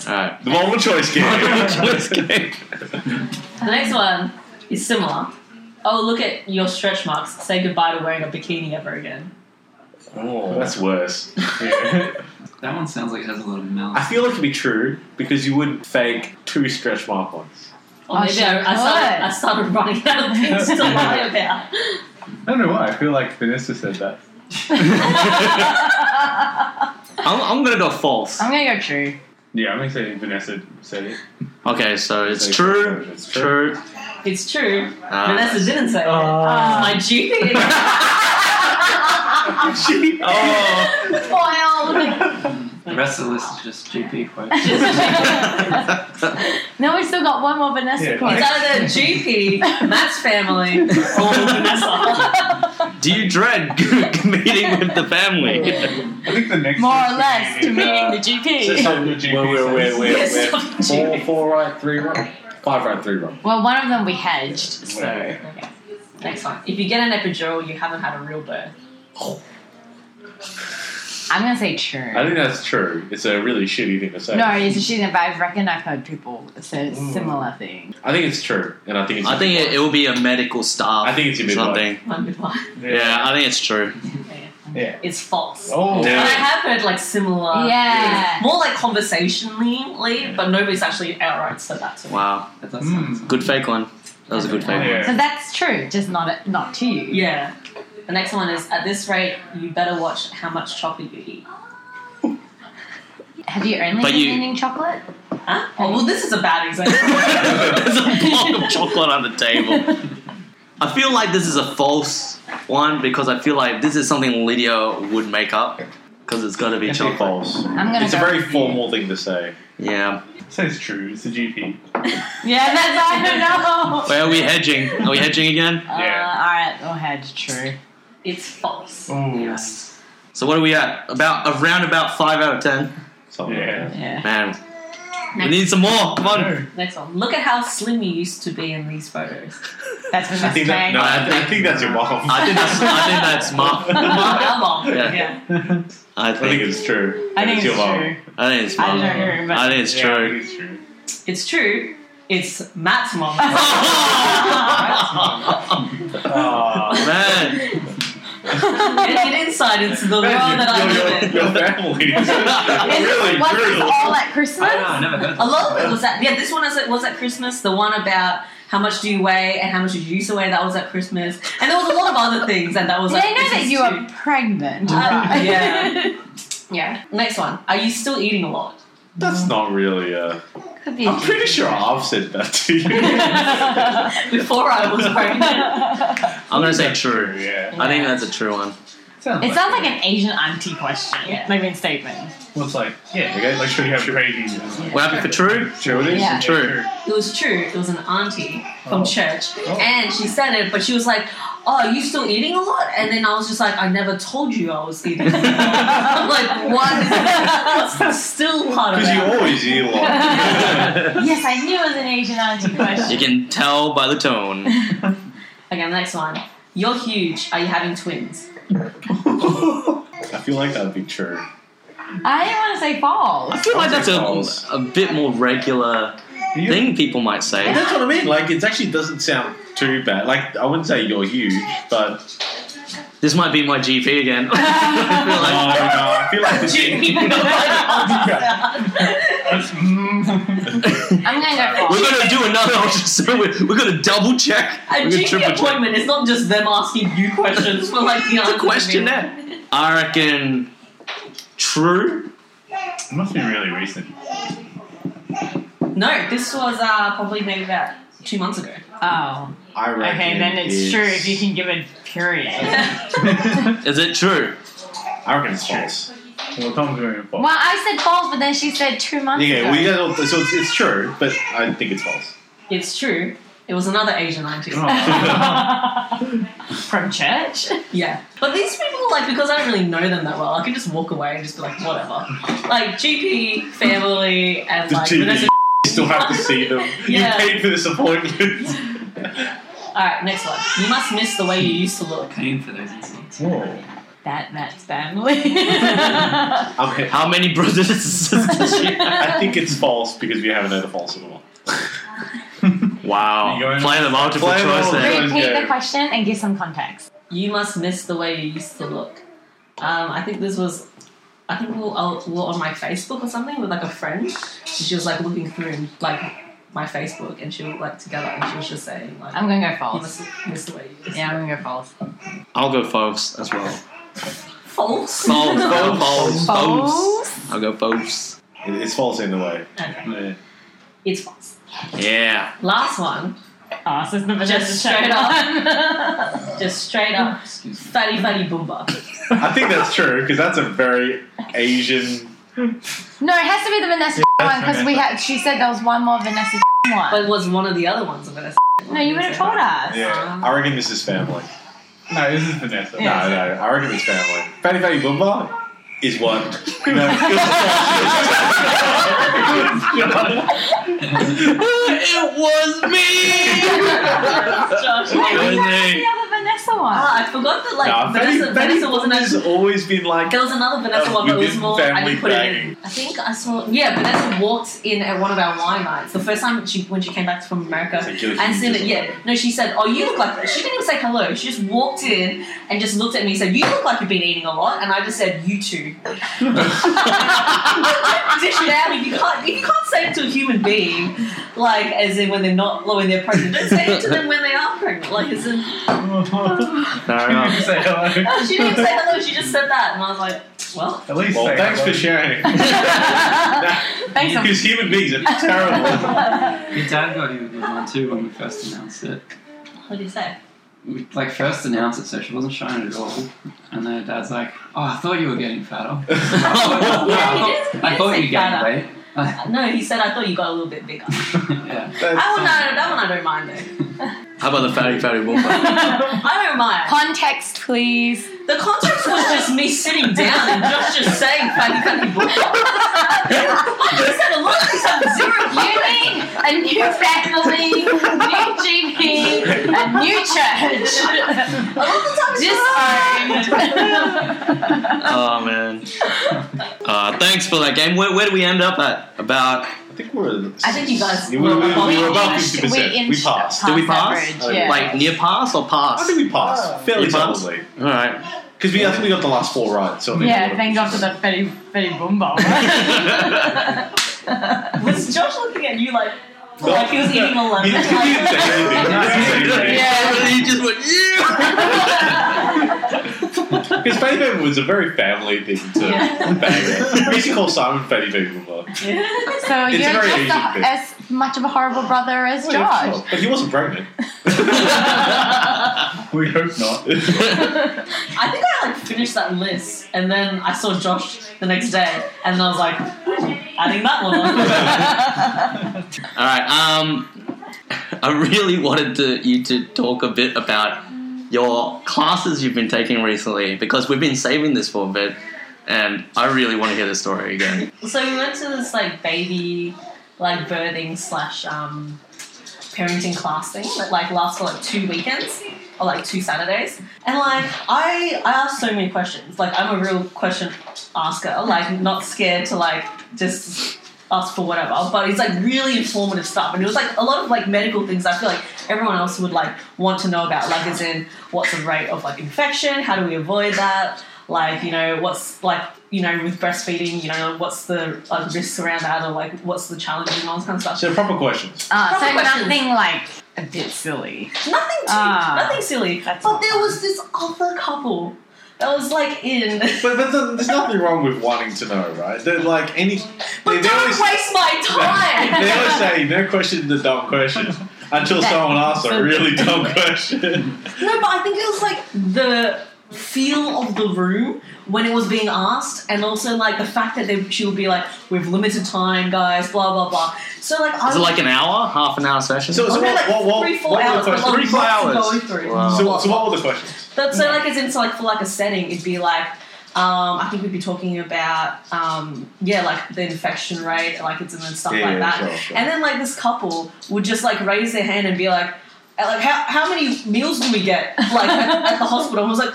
S2: All right.
S4: The multiple choice game.
S2: Multiple choice game.
S5: The next one is similar. Oh, look at your stretch marks. Say goodbye to wearing a bikini ever again.
S8: Oh.
S4: That's worse.
S8: yeah.
S6: that one sounds like it has a lot of
S4: I
S6: malice.
S4: feel it could be true because you would fake two stretch mark ones.
S5: Or
S7: Oh,
S5: maybe
S7: she
S5: I, I, started,
S7: could.
S5: I started running out of things to lie about.
S8: I don't know why. I feel like Vanessa said that.
S2: I'm, I'm gonna go false.
S7: I'm gonna go true.
S8: Yeah, I'm gonna say Vanessa said it.
S2: Okay, so it's true.
S4: It's
S2: True.
S5: It's true.
S2: Uh,
S5: Vanessa didn't say it.
S7: Uh,
S8: Oh.
S5: My GP.
S2: oh.
S7: Spoiled.
S6: The rest of the list is just GP quotes.
S2: uh,
S7: no, we still got one more Vanessa
S8: Yeah.
S7: quote.
S5: It's either GP, Matt's family, or Vanessa.
S2: Do you dread meeting with the family?
S8: I think the next
S7: More
S8: one
S7: or less to
S8: is,
S7: meeting
S8: uh,
S7: the
S4: So
S7: GP.
S4: some,
S8: GP
S4: where, where, where, where,
S5: Yes,
S4: where,
S5: stop
S4: four,
S5: GP.
S4: four right, three right, five right, three right.
S7: Well, one of them we hedged, so.
S5: Next one. If you get an epidural, you haven't had a real birth.
S7: I'm gonna say true.
S4: I think that's true. It's a really shitty thing to say.
S7: No, it's a shooting, but I've reckon I've heard people say similar things.
S4: I think it's true, and I think it's.
S2: I think it, it will be a medical staff.
S4: I think it's your midwife.
S2: something.
S5: One good one.
S2: Yeah, I think it's true.
S8: Yeah.
S5: It's false.
S8: Oh.
S5: But I
S2: Damn.
S5: have heard like similar.
S7: Yeah.
S5: More like conversationally, but nobody's actually outright said that to me.
S2: Wow,
S6: That does sound.
S8: Mm.
S2: good fake one. That was a good fake
S8: Yeah.
S7: So that's true, just not not to you.
S5: Yeah. The next one is at this rate, you better watch how much chocolate you eat.
S7: Have you only
S2: But
S7: been
S2: you-
S7: eating chocolate?
S5: Huh? Oh, well, this is a bad example.
S2: one. There's a block of chocolate on the table. I feel like this is a false one because I feel like this is something Lydia would make up because it's got to be
S4: It's a
S2: chocolate.
S4: false.
S7: I'm gonna.
S4: It's a
S7: go
S4: very
S7: with you.
S4: formal thing to say.
S2: Yeah.
S8: Says true. It's the GP.
S7: Yeah, that's I don't know.
S2: Where are we hedging? Are we hedging again?
S7: Uh,
S8: Yeah.
S7: all right, we'll hedge true.
S5: it's false.
S8: Oh.
S2: Yes. So what are we at? About around about five out of ten.
S4: Something
S8: Yeah.
S4: Like
S7: Yeah.
S2: Man, We need some more. Come on.
S8: No.
S5: Next one. Look at how slim you used to be in these photos.
S7: That's what
S4: I
S7: that's
S4: think that,
S7: saying.
S4: no, I, I think that's your mom.
S2: I think that's I think that's Mark.
S5: How long?
S2: Yeah.
S5: yeah.
S2: I
S4: I think
S2: think
S4: it's true.
S1: I think
S4: it's your
S1: it's
S4: mom.
S1: true.
S2: I think it's
S1: I don't
S2: Mark.
S1: know, but
S2: I think it's
S8: Yeah, I
S2: true.
S8: think it's true.
S5: It's true. It's Matt's mom.
S8: Oh, Aw.
S2: Man.
S5: Get it inside into the world that I live
S4: your,
S5: in.
S4: your, your family is really
S7: was this
S4: brutal.
S7: all at Christmas?
S6: I don't know, I never heard of
S5: A lot of it was at yeah. This one was at, was at Christmas. The one about how much do you weigh and how much did you used to weigh that was at Christmas. And there was a lot of other things, and that was
S7: They
S5: like
S7: know
S5: this
S7: that
S5: is
S7: you
S5: too-
S7: are pregnant.
S5: Uh,
S7: right?
S5: yeah. Yeah. Next one. Are you still eating a lot?
S4: That's not really a.
S5: Could be.
S4: I'm pretty sure I've said that to you.
S5: Before I was pregnant.
S2: I'm gonna say true.
S8: yeah.
S2: I think that's a true one.
S8: Sounds
S1: It sounds like an Asian auntie question.
S5: Yeah.
S1: Like in statement.
S8: Well, it's like, yeah,
S4: Okay,
S8: like,
S4: like,
S8: should we have
S4: sure.
S8: cravings?
S2: We're happy for true.
S4: Sure it is.
S7: Yeah.
S2: True.
S5: It was true. It was an auntie from
S8: Oh.
S5: church,
S8: Oh.
S5: and she said it, but she was like, "Oh, are you still eating a lot?" And then I was just like, "I never told you I was eating." a lot." I'm like, "What?" It's still part of
S4: Because you
S5: it.
S4: always eat a lot.
S1: Yes, I knew it was an Asian auntie question.
S2: You can tell by the tone.
S5: Okay, the next one. You're huge. Are you having twins?
S4: I feel like that would be true.
S7: I didn't want to say false.
S2: I feel like that's
S4: Calls.
S2: a, a bit more regular
S8: You-
S2: thing people might
S4: And
S2: say.
S4: that's what I mean. Like, it actually doesn't sound too bad. Like, I wouldn't say you're huge, but
S2: This might be my GP again. I
S4: I, don't know, I feel like
S8: That's- mm.
S2: feel like-
S7: I'm going to go false.
S2: we're gonna do another ultrasound. We're- We're gonna double check.
S5: A
S2: we're gonna
S5: GP
S2: triple check.
S5: appointment is not just them asking you questions for like the
S2: It's
S5: answer.
S2: a questionnaire. I reckon true.
S8: it must be really recent.
S5: No, this was uh, probably maybe about two months ago.
S1: Oh.
S4: I reckon
S1: Okay, then it's, true if you can give a period.
S2: Is it true?
S4: I reckon it's false.
S8: Well, Tom's going
S7: Well,
S8: false.
S7: I said false, but then she said two months
S4: Okay,
S7: ago.
S4: well, you guys all, so it's, it's true, but I think it's false.
S5: It's true. It was another Asian auntie.
S1: From church?
S5: Yeah. But these people, like, because I don't really know them that well, I can just walk away and just be like, whatever. Like, GP, family, and
S4: The
S5: like,
S4: GP.
S5: Vanessa.
S4: You still have to see them.
S5: Yeah.
S4: You paid for this appointment.
S5: Alright, next one. You must miss the way you used to look.
S6: Paying for those insults.
S8: Whoa.
S1: That Matt's family.
S4: I'm hit.
S2: How many brothers and sisters? you-
S4: I think it's false because we haven't heard a false in a while.
S2: Wow.
S8: You going-
S2: Playing the multiple
S4: Play the
S2: choice
S4: multiple-
S2: there.
S4: Really?
S7: Repeat
S4: Yeah.
S7: the question and give some context.
S5: You must miss the way you used to look. Um, I think this was, I think we were, uh, we were on my Facebook or something with like a friend. And she was like looking through like my Facebook and she was like together and she was just saying like,
S7: I'm going to go
S5: you
S7: false.
S5: must miss the way you used
S7: Yeah,
S5: to look.
S7: I'm going to go false.
S2: I'll go folks as well.
S5: False.
S2: Folks, folks, folks.
S7: False?
S2: I'll go folks.
S4: It- It's false in a way.
S5: Okay.
S4: Yeah.
S5: It's false.
S2: Yeah.
S5: Last one.
S1: Ass is the Vanessa
S5: Just straight
S1: Chapman.
S5: Just straight up
S6: Excuse me.
S5: fatty fatty boomba.
S4: I think that's true because that's a very Asian.
S7: No, it has to be the Vanessa one because we had. She said there was one more Vanessa one.
S5: But it was one of the other ones of it.
S7: no, you would have told us.
S4: Yeah. I reckon this is family.
S8: No, this is Vanessa.
S4: No, no, I reckon it's family. Fatty Fatty Bumba is one. No, it was false. It was not.
S2: it was me!
S5: Josh.
S7: Wait,
S5: Ah,
S7: we
S2: Really?
S7: have the other Vanessa one.
S1: Uh,
S5: I forgot that like
S4: Nah, Fatty,
S5: Vanessa,
S4: Fatty
S5: Vanessa wasn't
S4: Bumba's
S5: actually.
S4: always been like.
S5: There was another Vanessa
S4: Uh,
S5: one, but it
S4: within
S5: was more. I
S4: family
S5: didn't put it in. I think I saw. Yeah, Vanessa walked in at one of our wine nights. The first time she when she came back from America,
S4: It's like, you're
S5: and
S4: huge
S5: said it.
S4: as well.
S5: Yeah, no, she said, "Oh, you look like." She didn't even say hello. She just walked in and just looked at me and said, "You look like you've been eating a lot," and I just said, "You too." dish it out if you can't. If you can't say it to a human being, like as in when they're not, like, when they're pregnant, don't say it to them when they are pregnant. Like as in,
S2: Fair
S8: Can
S2: enough.
S8: you say hello?
S5: oh, she didn't even say hello. She just said that, and I was like, "Well."
S8: At least
S4: Well,
S8: say
S4: thanks
S8: hello.
S4: for sharing.
S7: Thanks. a-
S4: Because human beings are terrible.
S6: Your dad got you a good one too when we first announced it.
S5: What did you say?
S6: We, like first announced it, so she wasn't showing it at all. And then her dad's like, "Oh, I thought you were getting fatter.
S5: Yeah, he did. He
S6: I
S5: did
S6: thought
S5: say
S6: you gained
S5: fatter.
S6: weight."
S5: No, he said I thought you got a little bit bigger.
S6: yeah.
S5: I will not. That one I don't mind though.
S2: How about the fatty fatty woman?
S5: I don't mind.
S7: Context, please.
S5: The context was just me sitting down and Josh just saying funny, funny bullshit. I said a lot of things
S1: new family, new GP, a new church.
S5: A lot of the time it's
S1: Disowned.
S2: Oh man. Uh, thanks for that game. Where, where do we end up at? About
S4: I think we're.
S5: I think you guys
S4: We, we, we,
S5: were above-
S4: were above
S7: inched-
S4: fifty percent.
S7: we
S4: We,
S7: inched
S4: passed.
S2: did we pass?
S7: Pass average, yeah.
S2: Like near pass or pass?
S4: I think we passed
S8: Oh.
S4: fairly
S2: You passed?
S4: solidly
S2: All right.
S4: because we I think we got the last four right. So I think
S1: Yeah,
S4: we're-
S1: thank God for the Fetty, Fetty Boom Bowl.
S5: Was Josh looking at you like,
S4: No,
S5: like he was eating a lemon?
S4: He, he didn't say
S5: Like,
S4: anything. He didn't say anything.
S1: Yeah.
S2: You just went yeah.
S4: Because Fatty Baby was a very family thing to
S5: Yeah.
S4: bang on. We used to call Simon Fatty Baby Boomer.
S7: So
S4: It's a
S7: you're
S4: very
S7: just
S4: Asian
S7: a,
S4: thing.
S7: as much of a horrible brother as
S1: Oh,
S4: Well, yeah,
S7: Josh.
S4: sure. But he wasn't pregnant.
S8: We hope not.
S5: I think I like finished that list and then I saw Josh the next day and then I was like, "Ooh, adding that one on.
S2: All right. Um, I really wanted to, you to talk a bit about your classes you've been taking recently because we've been saving this for a bit, and I really want to hear this story again.
S5: so we went to this like baby, like birthing slash um, parenting class thing that like lasts for like two weekends or like two Saturdays. And like I, I asked so many questions. Like I'm a real question asker. Like not scared to like just ask for whatever. But it's like really informative stuff. And it was like a lot of like medical things. I feel like everyone else would like want to know about. Like as in what's the rate of like infection? How do we avoid that? like you know what's like you know with breastfeeding you know what's the like, risks around that or like what's the challenge and all this kind of stuff
S4: So proper questions.
S7: Uh, so
S5: Proper questions.
S7: nothing like a bit silly.
S5: nothing too,
S7: Ah.
S5: nothing silly
S7: That's
S5: but there was this other couple that was like in
S4: But, but th- there's nothing wrong with wanting to know, right? They're like any.
S5: but
S4: they, they
S5: don't
S4: always,
S5: waste my time
S4: they always say no question is a dumb question until
S5: That-
S4: someone asks
S5: so-
S4: a really dumb question.
S5: no but i think it was like the feel of the room when it was being asked and also like the fact that they, she would be like we've limited time guys blah blah blah so like i
S2: Is it
S5: was
S2: like an hour, half an hour session?
S4: So-
S5: Okay, like
S4: what- what-
S5: three, four
S4: what were the
S5: hours, but,
S4: questions?
S5: like,
S2: Three, four
S5: lots to
S2: hours?
S5: go through.
S2: Wow.
S4: so,
S5: Lots,
S4: so
S5: lots.
S4: what were the questions?
S5: But so like as in so like for like a setting, it'd be like um, I think we'd be talking about um, yeah like the infection rate, like it's and then stuff
S4: Yeah,
S5: like
S4: yeah,
S5: that.
S4: sure, sure.
S5: And then like this couple would just like raise their hand and be like, uh, like how, how many meals do we get like at, at the hospital? And I was like.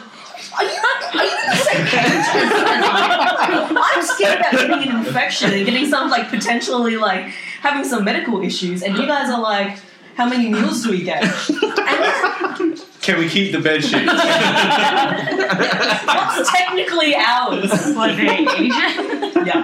S5: Are you, are you in the same cage? as- as I am? I'm scared about getting an infection and getting some like potentially like having some medical issues, and you guys are like, how many meals do we get? And then,
S4: Can we keep the bed sheets?
S5: What's technically ours?
S1: Was it Asian?
S5: Yeah.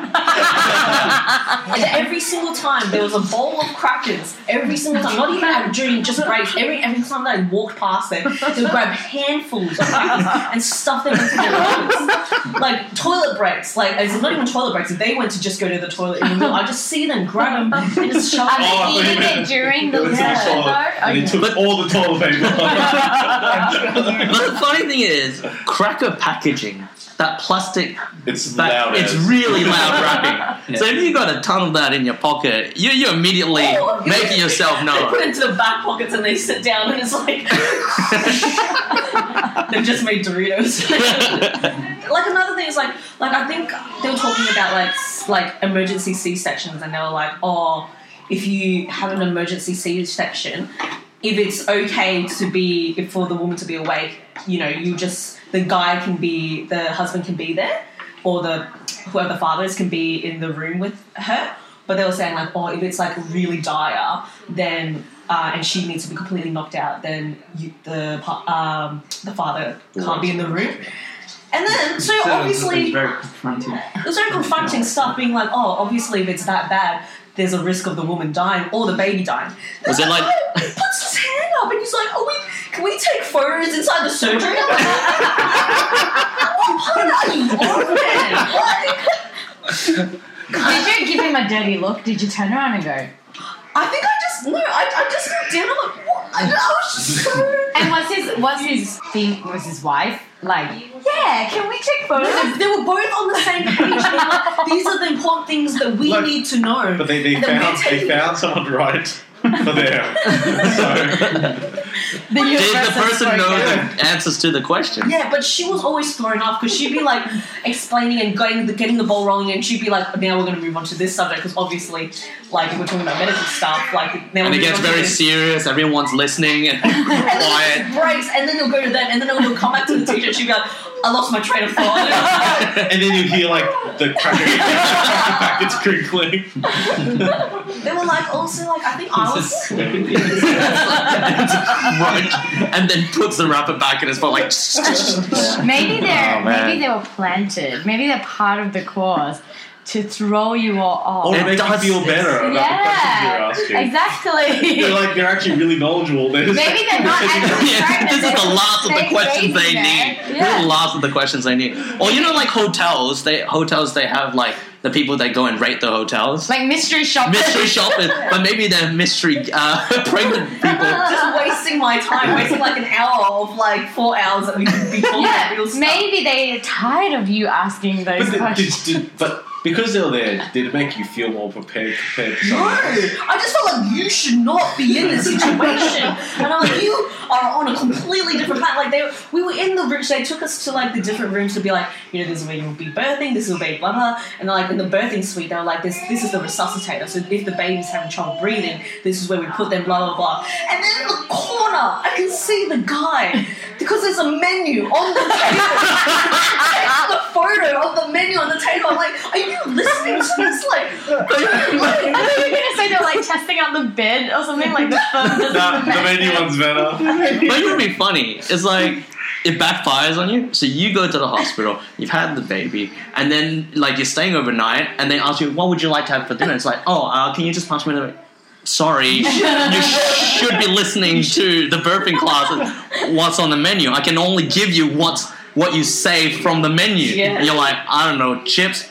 S5: and every single time there was a bowl of crackers. Every single time, not even at during just breaks. Every every time that I walked past them, they would grab handfuls of crackers and stuff them into their pockets. Like toilet breaks. Like it's not even toilet breaks. If they went to just go to the toilet in the middle, I just see them grab them and just shove
S7: Are
S5: them.
S4: Oh, I
S7: they
S4: thought you
S7: eating it
S4: meant-
S7: during
S4: They
S7: the
S4: went to the
S7: lesson
S4: toilet
S7: though?
S4: and it
S7: Okay.
S4: took all the toilet paper.
S2: but the funny thing is, cracker packaging, that plastic
S4: it's
S2: That-
S4: loud.
S2: it's
S4: as-
S2: really loud rapping.
S6: Yeah.
S2: So if you got a ton of that in your pocket, you, you're immediately
S5: Oh, okay.
S2: making yourself
S5: They put
S2: known.
S5: it into the back pockets and they sit down and it's like they've just made Doritos. like another thing is like like I think they were talking about like s- like emergency C sections and they were like oh if you have an emergency C section if it's okay to be if for the woman to be awake you know you just the guy can be the husband can be there or the whoever the father is can be in the room with her but they were saying like oh if it's like really dire then uh, and she needs to be completely knocked out then you, the pa- um, the father can't be in the room and then so
S6: So it's-
S5: obviously
S6: it's very confronting.
S5: it was very confronting stuff being like oh obviously if it's that bad there's a risk of the woman dying or the baby dying
S2: Was it like-
S5: he puts his hand up and he's like oh we can we take photos inside the surgery I'm like, what part are you on man? Like,
S1: Did you give him a dirty look? Did you turn around and go?
S5: I think I just no I, I just looked down I'm like what I, I was just so
S1: And was his was his thing was his wife like?
S5: Yeah, can we check both? they were both on the same page. They were like, These are the important things that we
S4: Look,
S5: need to know.
S4: But they, they
S5: And then we're
S4: found they
S5: taking-
S4: found someone right for them. so
S7: The
S2: Did the
S7: universe is
S2: person know
S7: broken.
S2: the answers to the question?
S5: Yeah, but she was always thrown off because she'd be like explaining and getting the, getting the ball rolling, and she'd be like, "Now we're going to move on to this subject because obviously, like we're talking about medical stuff, like now
S2: And
S5: we're
S2: it gets
S5: moving on to
S2: very
S5: this."
S2: serious. Everyone's listening and
S5: and then
S2: quiet.
S5: it breaks, and then you'll go to that, and then it'll come back to the teacher, and she'd be like, "I lost my train of thought."
S4: and then you hear like the cracker packets crinkling.
S5: they were like, also like, I think I was.
S2: and, crunch, and then puts the wrapper back in his pocket like.
S7: Maybe they're
S2: Oh, man.
S7: maybe they were planted. Maybe they're part of the cause to throw you all off.
S4: Or
S2: It
S4: make you
S2: does-
S4: feel better about
S7: Yeah,
S4: the questions you're asking. They're
S7: exactly.
S4: like they're actually really knowledgeable. They're just-
S7: Maybe they're not actually
S2: Yeah,
S7: pregnant,
S2: this is
S7: they're
S2: the
S7: just
S2: last of the
S7: staying
S2: questions they
S7: lazy
S2: need.
S7: there.
S2: This is
S7: Yeah.
S2: the last of the questions they need. Or you know, like hotels. They hotels they have like the people that go and rate the hotels.
S7: Like mystery shoppers.
S2: mystery shoppers, but maybe they're mystery uh, pregnant people.
S5: Just wasting my time, wasting like an hour of like four hours that we could be talking about
S7: Yeah,
S5: real stuff.
S7: maybe they're tired of you asking those
S4: But, the-
S7: questions.
S4: did, did, but because they're there, did it make you feel more prepared compared to
S5: No,
S4: someone else?
S5: I just felt like you should not be in this situation. And I'm like, you are on a completely different path. Like they, we were in the room. They took us to like the different rooms to be like, you know, this is where you'll be birthing. This is where blah blah. And they're like in the birthing suite, they were like, this this is the resuscitator. So if the baby's having trouble breathing, this is where we put them. Blah blah blah. And then in the corner, I can see the guy because there's a menu on the table. It's the photo of the menu on the table. I'm like, are you listening to this? Like,
S7: I thought you were gonna say they're like testing out the bed or something like the phone doesn't
S4: Nah, the menu one's better.
S2: But it would be funny. It's like it backfires on you. So you go to the hospital, you've had the baby, and then like you're staying overnight, and they ask you, "What would you like to have for dinner?" It's like, "Oh, uh, can you just pass me the?" Sorry, you should be listening to the burping class. and What's on the menu? I can only give you what's what you say from the menu.
S5: Yeah.
S2: And you're like, I don't know, chips.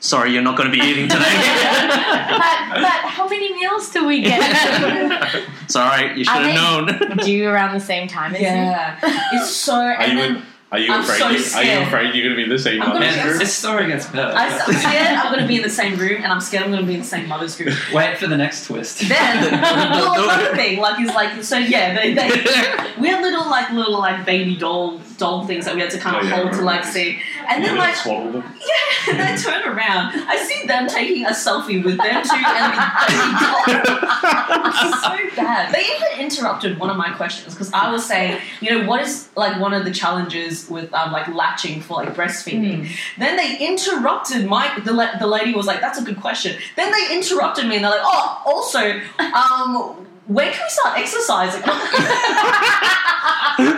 S2: Sorry, you're not going to be eating today.
S7: But, but how many meals do we get?
S2: Sorry, you should
S7: I
S2: have known.
S7: do you around the same time as me?
S5: Yeah, it's so.
S4: Are
S5: And
S4: you,
S5: then
S4: in, are you
S5: I'm
S4: afraid?
S5: so
S4: you, are you
S5: scared.
S4: afraid you're going to be in the same
S5: I'm gonna
S4: mother's
S5: be
S4: group?
S6: And this story gets better.
S5: I, am scared I'm going to be in the same room, and I'm scared I'm going to be in the same mother's group.
S6: Wait for the next twist.
S5: Then, well, another thing, like, is like, so yeah, they, they, we had little like little like baby doll doll things that we had to kind
S4: Oh,
S5: of
S4: yeah,
S5: hold to like
S4: right.
S5: see, and
S4: You're
S5: then
S4: gonna
S5: like
S4: swaddle them?
S5: yeah, they turn around, I see them taking a selfie with them two and the baby doll. so bad. They even interrupted one of my questions because I was saying, you know, what is like one of the challenges with um, like latching for like breastfeeding? Then they interrupted my the, la- the lady was like, that's a good question. Then they interrupted me and they're like, oh, also, um. When can we start exercising?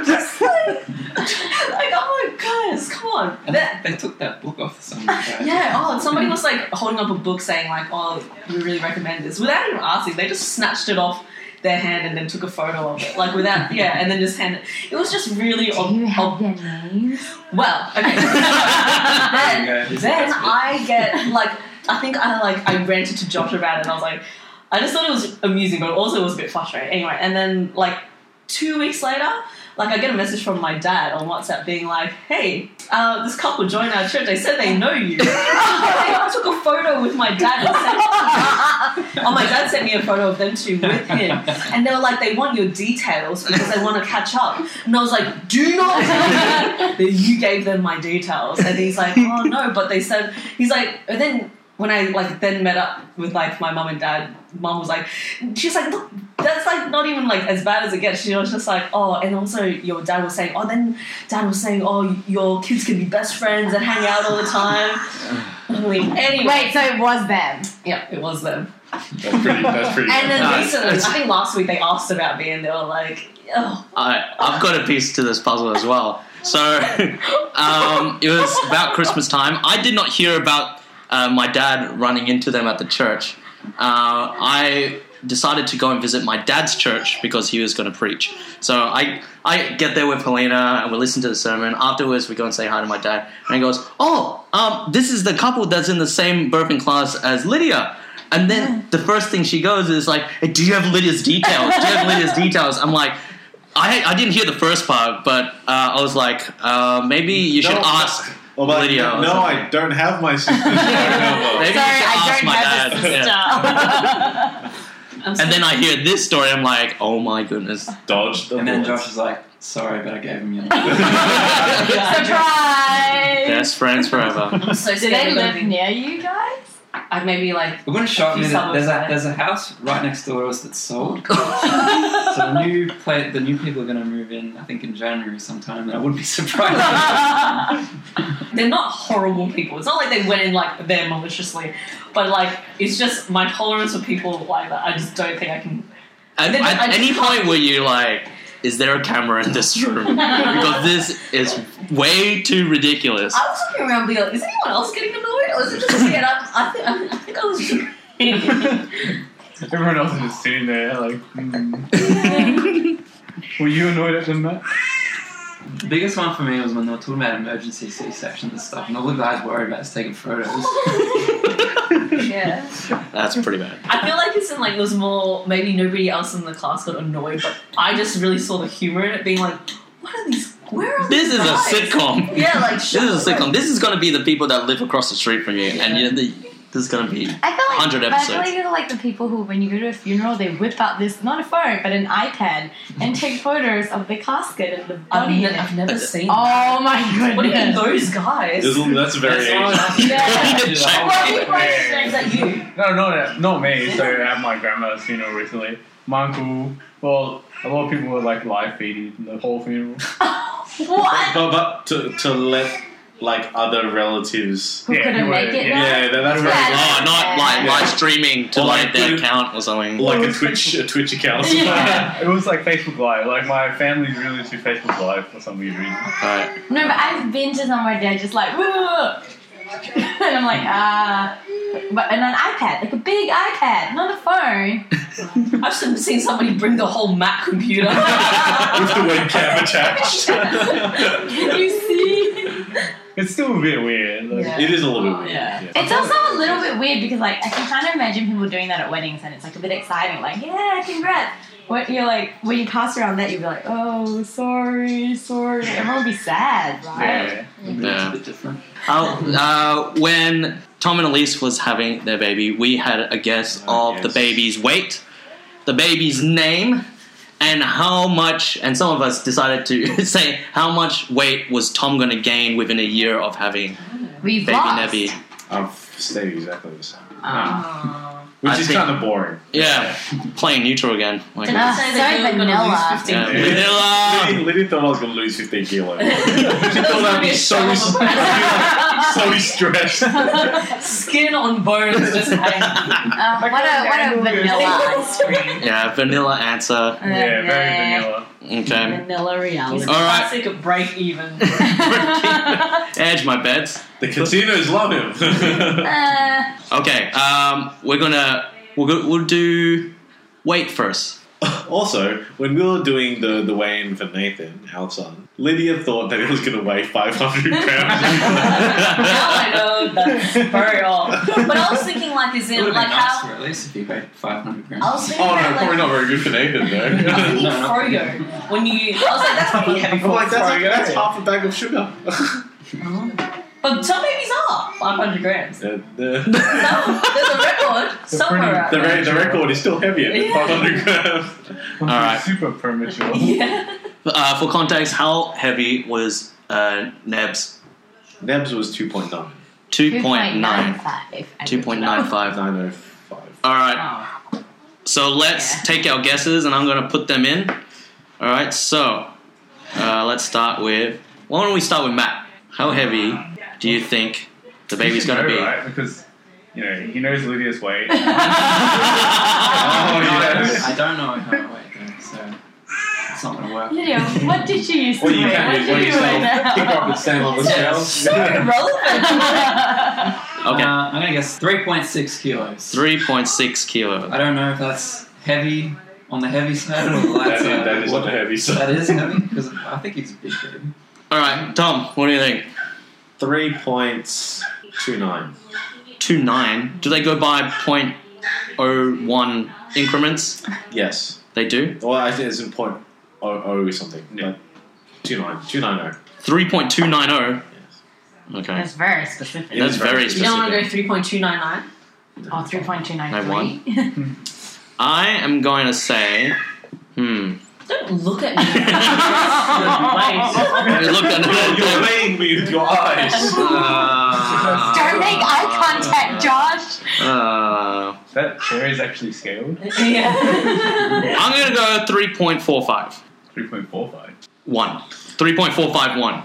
S5: Just like, like, oh my goodness, come on.
S6: And
S5: That-
S6: they took that book off someone. right?
S5: yeah, oh, and somebody was like holding up a book saying like, oh, we really recommend this. Without even asking, they just snatched it off their hand and then took a photo of it. Like without, yeah, and then just handed it. was just really, ob-
S7: Do you have
S5: ob-
S7: their names?
S5: well, okay. then,
S6: Okay.
S5: then I get like, I think I like, I ranted to Josh about it and I was like, I just thought it was amusing, but also it was a bit frustrating. Anyway, and then like two weeks later, like I get a message from my dad on WhatsApp being like, "Hey, uh, this couple joined our church. They said they know you." I took a photo with my dad. And sent it. oh, my dad sent me a photo of them two with him, and they were like, "They want your details because they want to catch up." And I was like, "Do not tell me that you gave them my details." And he's like, "Oh no," but they said he's like, and then. When I like then met up with like my mum and dad, mum was like, she's like, look, that's like not even like as bad as it gets. She was just like, oh, and also your dad was saying, oh, then dad was saying, oh, your kids can be best friends and hang out all the time. I'm like, anyway,
S7: Wait, so it was them.
S5: yeah, it was them.
S4: That's pretty. That's pretty.
S5: And then
S2: Nice.
S5: recently, I think last week they asked about me and they were like, oh,
S2: I, I've got a piece to this puzzle as well. So um, it was about Christmas time. I did not hear about uh, my dad running into them at the church. Uh, I decided to go and visit my dad's church because he was going to preach. So I I get there with Helena and we listen to the sermon. Afterwards, we go and say hi to my dad. And he goes, "Oh, um, this is the couple that's in the same birthing class as Lydia." And then the first thing she goes is like, "Hey, "Do you have Lydia's details? Do you have Lydia's details?" I'm like. I, I didn't hear the first part, but uh, I was like, uh, maybe you should
S4: No,
S2: ask
S4: Well,
S8: oh,
S4: but
S2: Lydia. or
S4: no,
S2: something.
S4: I don't have my sister's phone number.
S2: Maybe you
S7: Sorry,
S2: should
S7: I
S2: ask
S7: don't
S2: my
S7: have a
S2: dad. Yeah.
S7: sister.
S5: I'm
S2: And then I hear this story, I'm like, oh my goodness.
S4: Dodge the
S6: And then
S4: bullets.
S6: Josh is like, sorry, but I gave him your
S7: Surprise!
S2: Best friends forever.
S5: I'm so
S1: Do
S5: scared.
S1: they
S5: I'm gonna
S1: live
S5: be-
S1: near you guys?
S5: I maybe like.
S6: It wouldn't shock me
S5: He's
S6: that there's a
S5: almost
S6: there's a house right next door to us that's sold.
S5: oh
S6: So the new pla the new people are going to move in. I think in January sometime, and I wouldn't be surprised.
S5: They're not horrible people. It's not like they went in like there maliciously, but like it's just my tolerance for people like that. I just don't think I can.
S2: At,
S5: Then
S2: at
S5: I-
S2: any point where you're like, is there a camera in this room? Because this is way too ridiculous.
S5: I was looking around, being like, is anyone else getting annoyed, or is it just me? And I, I, think, I think I was. Just
S8: Everyone else is just sitting there like, hmm. Were you annoyed at them, Matt?
S6: the biggest one for me was when they were talking about emergency C-sections and stuff, and all the guys worried about is taking photos.
S5: yeah.
S2: That's pretty bad.
S5: I feel like it's in like it was more maybe nobody else in the class got annoyed, but I just really saw the humor in it, being like, what are these? Where are
S2: This
S5: these
S2: is a
S5: guys?
S2: sitcom.
S5: Yeah, like
S2: This is a sitcom. This is going to be the people that live across the street from you, and you know, the, this is going to be.
S7: I feel
S2: 100
S7: like but I feel
S2: episodes.
S7: like you're like the people who, when you go to a funeral, they whip out this not a phone but an iPad and take photos of the casket and the
S5: I've,
S7: body.
S5: ne-
S7: in it.
S5: I've never seen.
S7: oh my goodness!
S5: What do you mean those guys?
S4: This is- That's very Asian.
S7: Yeah.
S2: Check it.
S8: Yeah.
S5: Is that you?
S8: No, not at, not me. So at my grandma's funeral recently, my uncle. Well, a lot of people were like live feeding the whole funeral.
S7: What?
S4: But, but to, to let like other relatives.
S7: Who
S8: Yeah,
S7: couldn't
S8: you
S7: make
S8: were,
S7: it?
S8: yeah.
S4: Yeah, that, that's very
S7: Yeah.
S2: Oh, not like
S4: Yeah.
S2: live streaming to
S4: Or like
S2: like their
S4: put it-
S2: account or something.
S4: like a Twitch a Twitch account.
S7: Yeah.
S8: it was like Facebook Live. Like my family's really into Facebook Live for some weird reason.
S2: Right.
S7: No, but I've been to somewhere they're just like, "Whoa." and I'm like, ah, but and an iPad, like a big iPad, not a phone.
S5: I've just seen somebody bring the whole Mac computer.
S7: Ah,
S4: With the webcam attached. it
S7: Can you see?
S8: It's still a bit weird. Like,
S5: Yeah.
S4: is a little bit weird.
S5: Yeah.
S7: It's also a little bit weird because like I can kind of imagine people doing that at weddings, and it's like a bit exciting. Like, yeah, congrats. What you're like when you pass around that, you'd be like, oh, sorry, sorry. Like, Everyone would be sad, right?
S8: yeah.
S2: Yeah.
S6: It's a bit different.
S2: Oh, uh, when Tom and Elise was having their baby, we had a guess
S4: Oh,
S2: of
S4: yes.
S2: the baby's weight, the baby's name, and how much. And some of us decided to say how much weight was Tom going to gain within a year of having
S7: We've
S2: baby
S7: lost. Um,
S2: Nebby.
S4: I've stayed exactly the same.
S5: Ah.
S4: Which
S2: I
S4: is
S2: think-
S4: kind of boring.
S2: Yeah, playing neutral again. Oh Like,
S5: Didn't
S7: Ah,
S5: you say that
S7: so
S5: you were
S7: vanilla.
S5: gonna lose 15
S2: yeah.
S5: kilos?
S2: Vanilla.
S4: Liddy, Liddy thought I was going to lose 15 kilos. she
S5: That was
S4: thought
S5: gonna
S4: I'd
S5: be
S4: be
S5: a
S4: so,
S5: shell
S4: s-
S5: of a-
S4: I'd be so stressed.
S5: Skin on bones, just hanging.
S7: Uh, what a what a vanilla ice cream.
S2: Yeah, vanilla answer.
S8: Yeah, very vanilla.
S2: Okay.
S7: Vanilla reality.
S5: It's
S2: All right.
S5: classic break even.
S2: Edge my bets.
S4: The casinos love him.
S7: Uh,
S2: Okay, um, we're gonna we'll go, we'll do weight first.
S4: also, when we were doing the, the weigh-in for Nathan, our son, Lydia thought that he was going to weigh 500
S5: now I know
S4: grams.
S5: that's very off. But I was thinking, like, is
S6: It would
S5: it
S6: have
S5: like
S6: been nice
S5: how?
S6: for at least if you paid 500 grams.
S5: I was thinking
S4: oh,
S5: about,
S4: no,
S5: like,
S4: probably not very good for Nathan,
S5: I was
S4: though.
S5: thinking
S6: No, no.
S5: froyo when you. I was like, that's pretty heavy for
S4: I'm like,
S5: a
S4: that's,
S5: froyo.
S4: that's half a bag of sugar.
S5: But some babies are 500 grams.
S4: the, the,
S5: Some, there's a record somewhere out
S4: the,
S5: there.
S4: re- the record is still heavier than
S5: Yeah.
S4: 500 grams.
S8: All
S2: right.
S8: Super premature.
S5: Yeah.
S2: Uh, for context, how heavy was uh, Neb's
S4: Nebs was 2.9.
S2: two point nine?
S7: 2.95. I
S2: Two point nine five.
S4: 905.
S2: All right,
S5: Oh.
S2: so let's
S7: Yeah.
S2: take our guesses, and I'm gonna put them in. All right, so uh, let's start with. Why don't we start with Matt? How heavy do you think the baby's
S8: He's
S2: gonna be?
S8: right? Because you know he knows Lydia's weight.
S4: Oh,
S6: No, I don't-
S4: yes.
S6: I don't know how to weight though, so it's not going to work.
S7: Lydia, what did you use to
S4: What you
S7: weigh?
S4: can
S7: What
S4: do is weigh
S7: do you weigh
S4: yourself, pick up
S7: now?
S4: and stand on the shelf.
S5: So irrelevant.
S2: Okay.
S6: Uh, I'm going to guess 3.6 kilos.
S2: Three point six kilo.
S6: I don't know if that's heavy on the heavy side or the light
S4: That is, that
S6: side.
S4: is on the heavy
S6: That
S4: side.
S6: is heavy because I think it's a big baby.
S2: All right, Tom. What do you think?
S4: 3.29.
S2: Two nine. Do they go by point oh one increments?
S4: Yes.
S2: They do.
S4: Well, I think it's in point oh, oh something. But 29. 290.
S2: Three point two nine zero.
S4: oh. Yes.
S2: Okay.
S7: That's very specific.
S4: It
S2: That's
S4: is
S2: very
S5: you don't want to go 3.299?
S7: Oh, 3.293.
S2: I won. I am going to say, hmm.
S5: Don't look at me.
S2: You looked at
S4: You're playing me with your eyes.
S2: Uh,
S7: Don't make eye contact, Josh.
S2: Uh,
S8: That chair is actually scaled.
S5: yeah.
S2: uh, I'm going to go 3.45.
S8: 3.45.
S2: One. 3.451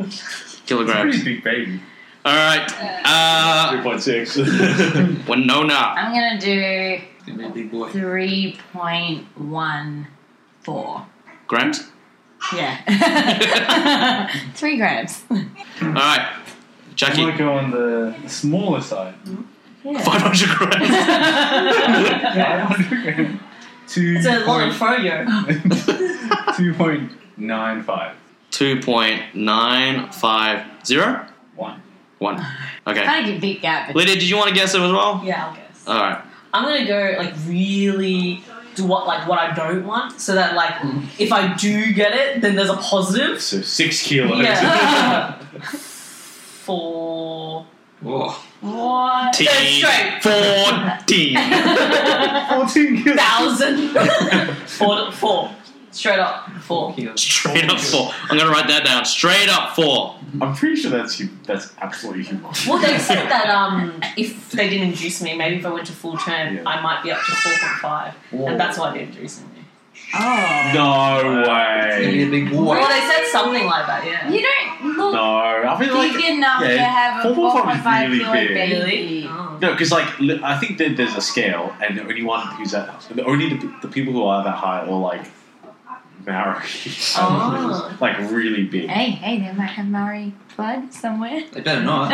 S8: It's a pretty
S2: kilograms.
S8: big baby.
S2: All right. Uh,
S4: 3.6.
S2: Winona.
S7: I'm gonna do
S6: You're a big boy.
S7: three point one four.
S2: Grams?
S7: Yeah. Three grams.
S2: All right.
S8: I
S2: Jackie.
S8: might go on the smaller side.
S2: 500 grams.
S8: Yeah, I wonder again. Two
S5: It's a lot
S8: point-
S5: of froyo.
S8: 2.95.
S2: 2.950?
S8: One.
S2: One. Okay.
S7: Kind of big gap.
S2: Lydia, did you want to guess it as well?
S5: Yeah, I'll guess.
S2: All right.
S5: I'm gonna go like really do what like what I don't want, so that like
S4: Mm.
S5: if I do get it, then there's a positive.
S4: so 6 kilos.
S5: Yeah. Four.
S6: Whoa.
S7: What?
S2: T-
S5: straight.
S2: 14.
S8: 14 kilos.
S5: Thousand. four. Four. Straight up. Four.
S6: Kilos.
S2: Straight up four. I'm gonna write that down. Straight up four.
S4: I'm pretty sure that's hu- that's absolutely human.
S5: Well, they said that um, if they didn't induce me, maybe if I went to full term,
S4: Yeah.
S5: I might be up to four point five, and that's why they're inducing me.
S7: Oh.
S4: No
S6: You're
S4: way.
S6: a big boy.
S5: Well, they said something like that. Yeah.
S7: You don't
S4: No,
S7: look
S4: I mean like
S7: big enough to
S4: yeah,
S7: have a
S4: 4.5
S7: 4.5
S4: is really
S7: kilo
S4: big.
S7: baby.
S5: Oh.
S4: No, because like li- I think that there's a scale, and the only one who's at the only the, the people who are that high are like Maori,
S5: Oh.
S4: like really big.
S7: Hey, hey, they might have Maori blood somewhere.
S6: They better not.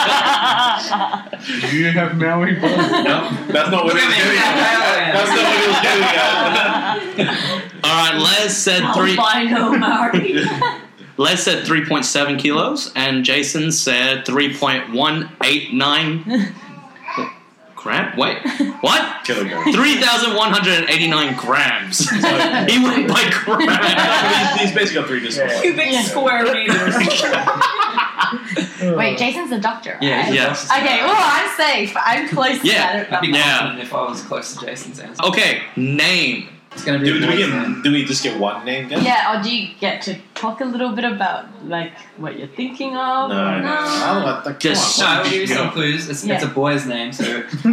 S7: That's
S8: Do you have Maui balls?
S4: No, that's not what it was getting at. That's not what it was getting at.
S2: All right. Les
S5: Oh
S2: said three.
S5: Albino Maori.
S2: Les said 3.7 kilos, and Jason said 3.189. Gram? Wait, what?
S4: Kilogram.
S2: 3,189 grams.
S4: So,
S2: He went by
S4: he's,
S2: grams.
S4: he's basically got three disorders.
S5: cubic square meters.
S7: Wait, Jason's a doctor. Right?
S6: Yeah.
S2: Yes.
S7: Okay, well, I'm safe. I'm close to
S2: Yeah.
S6: I'd
S7: that.
S6: be
S2: Yeah.
S6: confident if I was close to Jason's answer.
S2: Okay, name.
S6: It's gonna be
S4: Oh, Do,
S6: a
S4: do we
S6: boy's
S4: get?
S6: name.
S4: Do we just get one name? Then?
S7: Yeah, or do you get to talk a little bit about, like, what you're thinking
S4: No,
S7: of?
S4: no. no. I don't like, like,
S2: Just-
S6: No,
S4: come on,
S6: I'll
S4: what
S6: give you
S4: did you
S6: some
S4: go?
S6: clues. It's, it's
S7: Yeah.
S6: a boy's name, so when we say the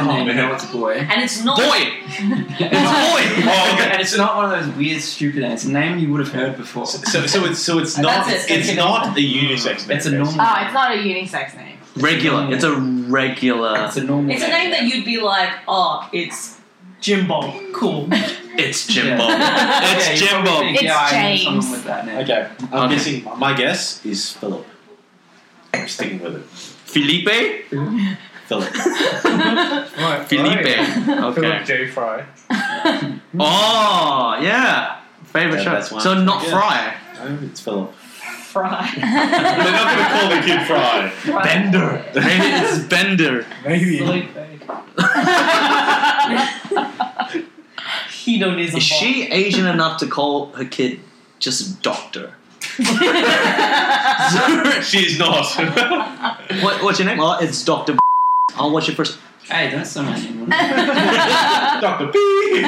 S4: Oh,
S6: name, you
S4: man.
S6: know it's a boy.
S5: And it's not.
S2: Boy.
S6: It's
S2: Boy.
S4: Oh, okay.
S6: And it's not one of those weird, stupid names. It's a name you would have heard before.
S4: So, so, so it's so it's not
S5: That's it,
S4: it's
S5: that's it.
S4: not a unisex name.
S6: It's a normal.
S7: Oh, it's not a unisex name.
S2: Regular. It's a regular.
S6: Uh, It's a normal.
S5: It's a name that you'd be like, oh, it's Jimbo. Cool.
S2: It's Jimbo.
S6: Yeah.
S2: It's
S6: yeah, you probably
S2: Jimbo.
S6: Think,
S7: It's
S6: yeah, I knew
S7: James.
S6: someone with that name.
S4: Okay, I'm
S2: Okay.
S4: guessing. My guess is Philip. I'm sticking with it.
S2: Felipe?
S4: Philip.
S8: Right.
S2: Felipe.
S8: right.
S2: Okay.
S8: Philip J. Fry.
S2: Oh, yeah. Favorite
S4: Yeah,
S2: show.
S4: that's one.
S2: So not
S4: Yeah.
S2: Fry.
S4: No, it's Philip.
S5: Fry.
S4: They're not going to call the kid Fry.
S2: Bender. Maybe it's Bender.
S8: Maybe.
S5: Hedonism.
S2: Is she Asian enough to call her kid just doctor?
S4: She's not.
S2: what, what's your name? Well, it's Doctor. I'll watch it first.
S6: Hey, don't say my name.
S4: Doctor B.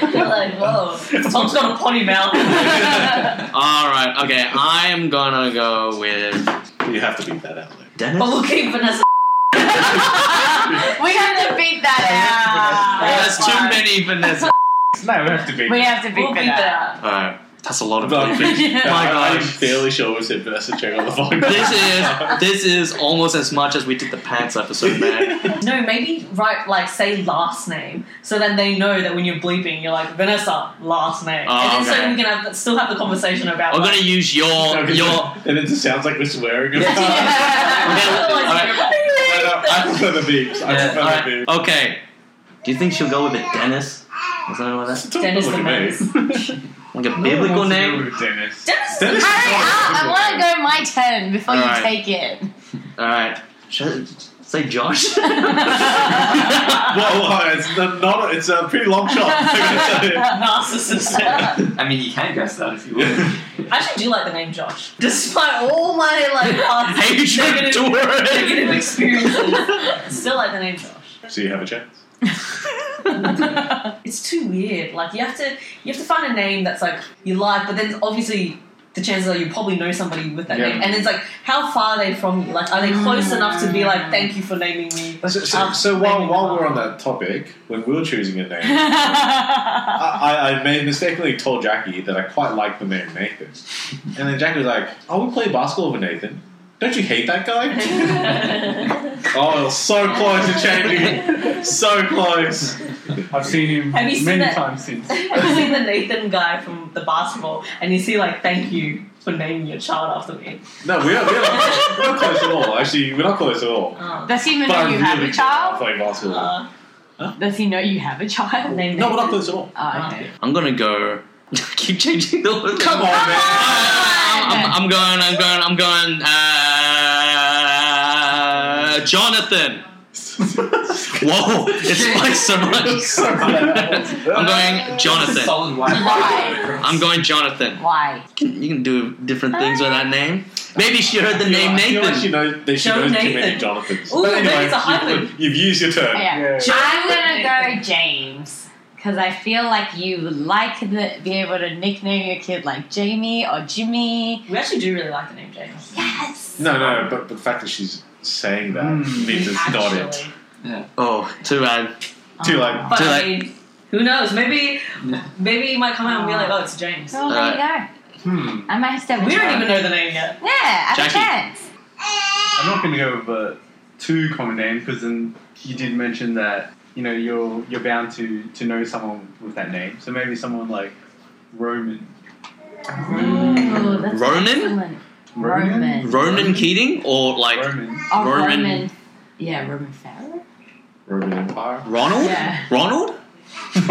S5: You're like, whoa. Tom's got a potty mouth.
S2: All right. Okay. I'm gonna go with Oh,
S4: you have to beat that out. Luke.
S2: Dennis.
S5: but we'll keep Vanessa.
S7: We have to beat that
S2: That's too many Vanessa.
S8: No, we have to be.
S7: out. We have to beat
S5: We'll beat
S7: that.
S5: that.
S2: All right. That's a lot of.
S4: But I
S2: bleeping.
S4: think-
S7: Yeah.
S2: My
S4: I-
S2: gosh.
S4: I'm fairly sure we said Vanessa Chang on the podcast.
S2: This is this is almost as much as we did the pants episode, man.
S5: No, maybe write, like, say last name. So then they know that when you're bleeping, you're like, Vanessa, last name.
S2: Oh,
S5: and then
S2: okay.
S5: so we can have, still have the conversation about
S2: I'm
S5: like,
S2: gonna use your
S4: No, 'cause
S2: your.
S4: it- and it just sounds like we're swearing.
S6: Yeah.
S4: I prefer the beeps. I
S6: Yeah,
S4: prefer
S2: All
S4: the
S2: right.
S4: beeps.
S2: Okay. Do you think she'll go with a Dennis or something like that?
S4: Don't
S5: Dennis
S4: look at me.
S2: Like a
S8: No one
S2: biblical
S8: wants to
S2: name?
S8: deal with Dennis.
S5: Dennis
S4: Dennis is
S7: Hurry
S4: not a
S7: up! I
S4: biblical
S7: want to
S4: name.
S7: go my turn before you
S2: Alright.
S7: take it.
S2: All right. Should, Say Josh.
S4: Well, well, it's not, not- It's a pretty long shot. I'm gonna tell
S3: Narcissist.
S6: I mean, you can guess that if you want.
S5: I actually do like the name Josh, despite all my like past
S2: Hatred
S5: negative,
S2: toward
S5: negative experiences. I still like the name Josh.
S4: you. So you have a chance.
S5: It's too weird. Like you have to you have to find a name that's like you like, but then obviously the chances are you probably know somebody with that
S4: Yeah.
S5: name, and it's like how far are they from you? Like are they close enough to be like thank you for naming me?
S4: So, so,
S5: Um,
S4: so while,
S5: maybe
S4: while
S5: not.
S4: we're on that topic, when we were choosing a name, I, I, I may- mistakenly told Jackie that I quite liked the name Nathan. And then Jackie was like, I would play basketball with Nathan. Don't you hate that guy? oh, it was so close to changing. So close.
S8: I've seen him
S5: Have you seen
S8: many
S5: that-
S8: times since.
S5: I've seen the Nathan guy from the basketball, and you see like, thank you for naming your child after me.
S4: No, we're not, we're not, we're not close at all. Actually, we're not close at all.
S5: Uh,
S1: Does he even
S4: But
S1: know
S4: I
S1: you
S4: really
S1: have a child?
S4: play basketball.
S5: uh,
S1: Does he know you have a child?
S5: name
S4: No, we're not
S5: Nathan.
S4: close at all.
S1: Oh, okay.
S2: I'm gonna go. Keep changing the word.
S4: Come on, man.
S2: I'm, I'm going. I'm going. I'm going. Uh, Jonathan. Whoa! It spiked so much. I'm going Jonathan.
S6: Solid white.
S1: Why?
S2: I'm going Jonathan.
S1: Why?
S2: You can- You can do different things with
S7: Uh,
S2: that name. Maybe she heard the name
S4: I feel like she
S2: Nathan.
S4: knows, that she
S5: Joe
S4: knows too many
S5: Nathan.
S4: Jonathans.
S5: Ooh,
S4: but
S5: maybe
S4: anyway,
S5: it's a hyphen.
S4: you've, you've used your turn.
S1: Yeah.
S8: Yeah.
S7: I'm gonna go James because I feel like you would like to be able to nickname your kid like Jamie or Jimmy.
S5: We actually do really like the name James.
S7: Yes.
S4: No, no, but, but the fact that she's saying that
S2: Hmm.
S8: Mm.
S4: means it's not it.
S5: Actually.
S2: Oh, too bad.
S4: Too
S7: Oh.
S4: late.
S5: But
S2: Do
S5: I
S2: they-
S5: mean, who knows? Maybe,
S6: Yeah.
S5: maybe you might come out and be like, oh, it's James.
S7: Oh, there you go.
S8: Hmm.
S7: I might have to.
S5: We don't even know the name yet.
S7: Yeah, I have a
S2: Jackie.
S7: chance.
S8: I'm not going to go with uh, two common names because then you did mention that you know you're you're bound to to know someone with that name. So maybe someone like Roman.
S7: Ooh, that's
S2: Ronan?
S7: excellent. Roman.
S2: Ronan Keating or like
S8: Roman.
S7: Oh,
S2: Roman.
S7: Roman. Yeah, Roman Farrow.
S4: Roman Empire.
S2: Ronald?
S7: Yeah.
S2: Ronald?
S7: No.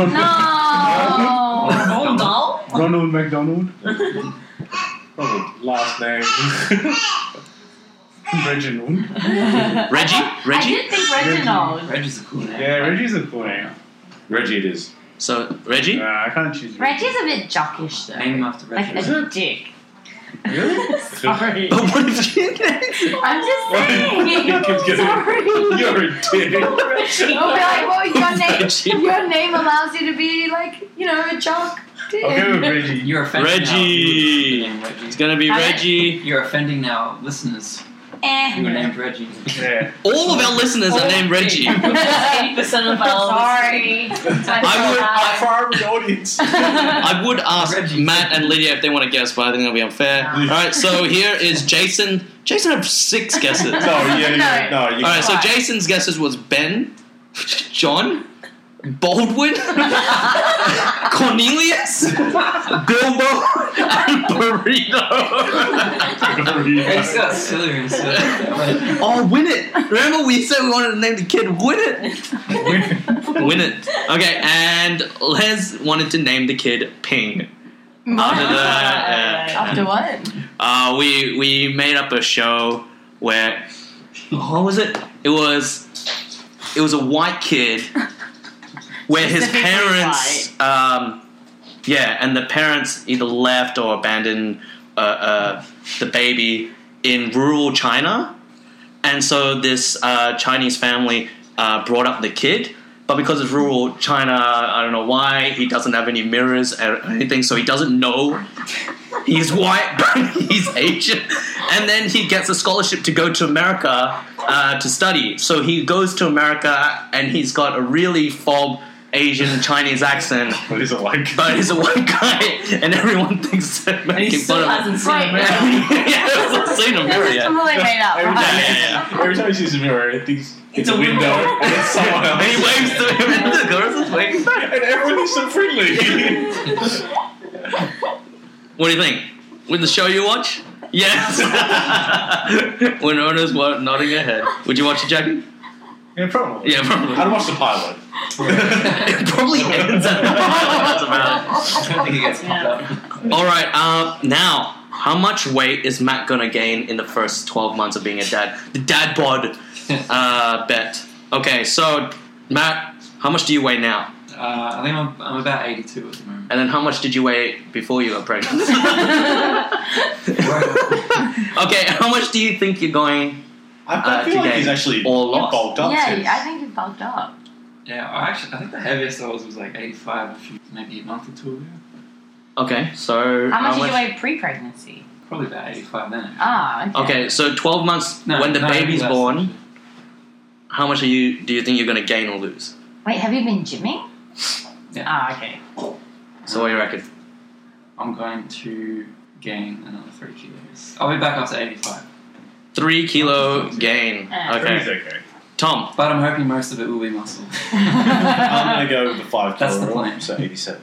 S5: Oh, doll?
S8: Ronald McDonald.
S4: Oh, last name.
S8: Reginald.
S2: Reggie?
S7: I
S2: Reggie?
S7: did think Reginald.
S6: Reg is a cool name.
S8: Yeah, Reggie's a cool name.
S4: Reggie, it is.
S2: So Reggie?
S8: Nah, I can't choose.
S7: Reggie's a bit jockish though.
S6: Name him after Reg.
S7: Like a dick.
S8: Really?
S7: Sorry.
S2: But what if you
S7: I'm just
S4: You keep
S7: saying.
S4: getting-
S7: Sorry.
S4: You're a dick.
S7: We'll be like, well, your
S2: Reggie.
S7: name, your name allows you to be like, you know, a jock. dick.
S8: I'll go with Reggie.
S6: You're offending now.
S2: Reggie.
S6: You would- you would name
S2: It's
S6: Reggie.
S2: gonna be
S7: Hi.
S2: Reggie.
S6: You're offending now listeners who are
S7: Eh.
S6: named Reggie.
S8: Yeah.
S2: All of our listeners are named Reggie.
S5: Eighty percent of our
S7: Sorry.
S2: I would-
S4: Our primary audience.
S2: I would ask
S6: Reggie.
S2: Matt and Lydia if they want to guess, but I think that'll be unfair.
S7: Ah.
S5: Yeah.
S2: Alright, so here is Jason. Jason had six guesses.
S4: No, yeah, yeah, no. You
S2: Alright, so
S7: Right.
S2: Jason's guesses was Ben, John, Baldwin, Cornelius, Bilbo, and Burrito.
S6: It's got silly and stuff.
S2: oh, win it! Remember we said we wanted to name the kid Win It? Win It. Okay, and Les wanted to name the kid Ping. After that, uh,
S7: After what?
S2: uh, we we made up a show where what was it? It was it was a white kid where his
S7: Specifically
S2: parents, um, yeah, and the parents either left or abandoned uh, uh, the baby in rural China, and so this uh, Chinese family uh, brought up the kid. But because it's rural China, I don't know why he doesn't have any mirrors or anything, so he doesn't know he's white, but he's Asian. And then he gets a scholarship to go to America uh, to study. So he goes to America and he's got a really fob Asian Chinese accent,
S4: What is it like?
S2: but he's a white guy, and everyone thinks they're
S5: And he
S2: making
S5: still
S2: fun of him.
S5: hasn't seen
S7: Right.
S5: it.
S2: yeah, I haven't seen him
S7: This
S2: very
S7: is
S2: yet.
S7: completely made up.
S4: Every
S2: Yeah,
S7: right?
S4: time,
S2: yeah,
S4: every time he sees a mirror, it thinks
S5: It's
S4: it's,
S5: a
S4: a window,
S5: window.
S4: and it's someone
S2: yeah.
S4: else.
S2: And he waves to him, and the girls is waving back.
S4: and everyone is so friendly.
S2: What do you think? With the show you watch? Yes. Winona's wa- nodding her head. Would you watch it, Jackie?
S8: Yeah, probably.
S2: Yeah, probably.
S4: I'd watch the pilot.
S2: It probably ends at That's about it.
S6: I don't think it gets popped up.
S2: All right, uh, now How much weight is Matt gonna gain in the first 12 months of being a dad? The dad bod uh, bet. Okay, so Matt, how much do you weigh now?
S6: Uh, I think I'm, I'm about 82 at the moment.
S2: And then how much did you weigh before you got pregnant? okay, how much do you think you're going?
S4: I, I
S2: Uh,
S4: feel like
S2: today.
S4: he's actually
S2: Or lost.
S4: bulked up. since.
S7: yeah, I think you bulked up.
S6: yeah, I actually I think the heaviest I was was like 85 a few maybe a month or two ago.
S2: Okay, so
S7: How much did you weigh pre-pregnancy?
S6: Probably about 85 then. actually.
S7: Ah, okay.
S2: Okay, so 12 months
S6: No,
S2: when the
S6: no,
S2: baby's
S6: less,
S2: born,
S6: actually.
S2: how much are you do you think you're gonna gain or lose?
S7: Wait, have you been gymming?
S6: Yeah.
S7: Ah, okay.
S2: So what do you reckon?
S6: I'm going to gain another three kilos. I'll be back up to 85,
S2: Three kilo gain.
S7: Uh.
S2: Okay,
S4: Three's okay.
S2: Tom.
S6: but I'm hoping most of it will be muscle. Um,
S4: I'm gonna go with the five
S6: That's
S4: kilo
S6: the
S4: rule,
S6: plan.
S4: so eighty-seven.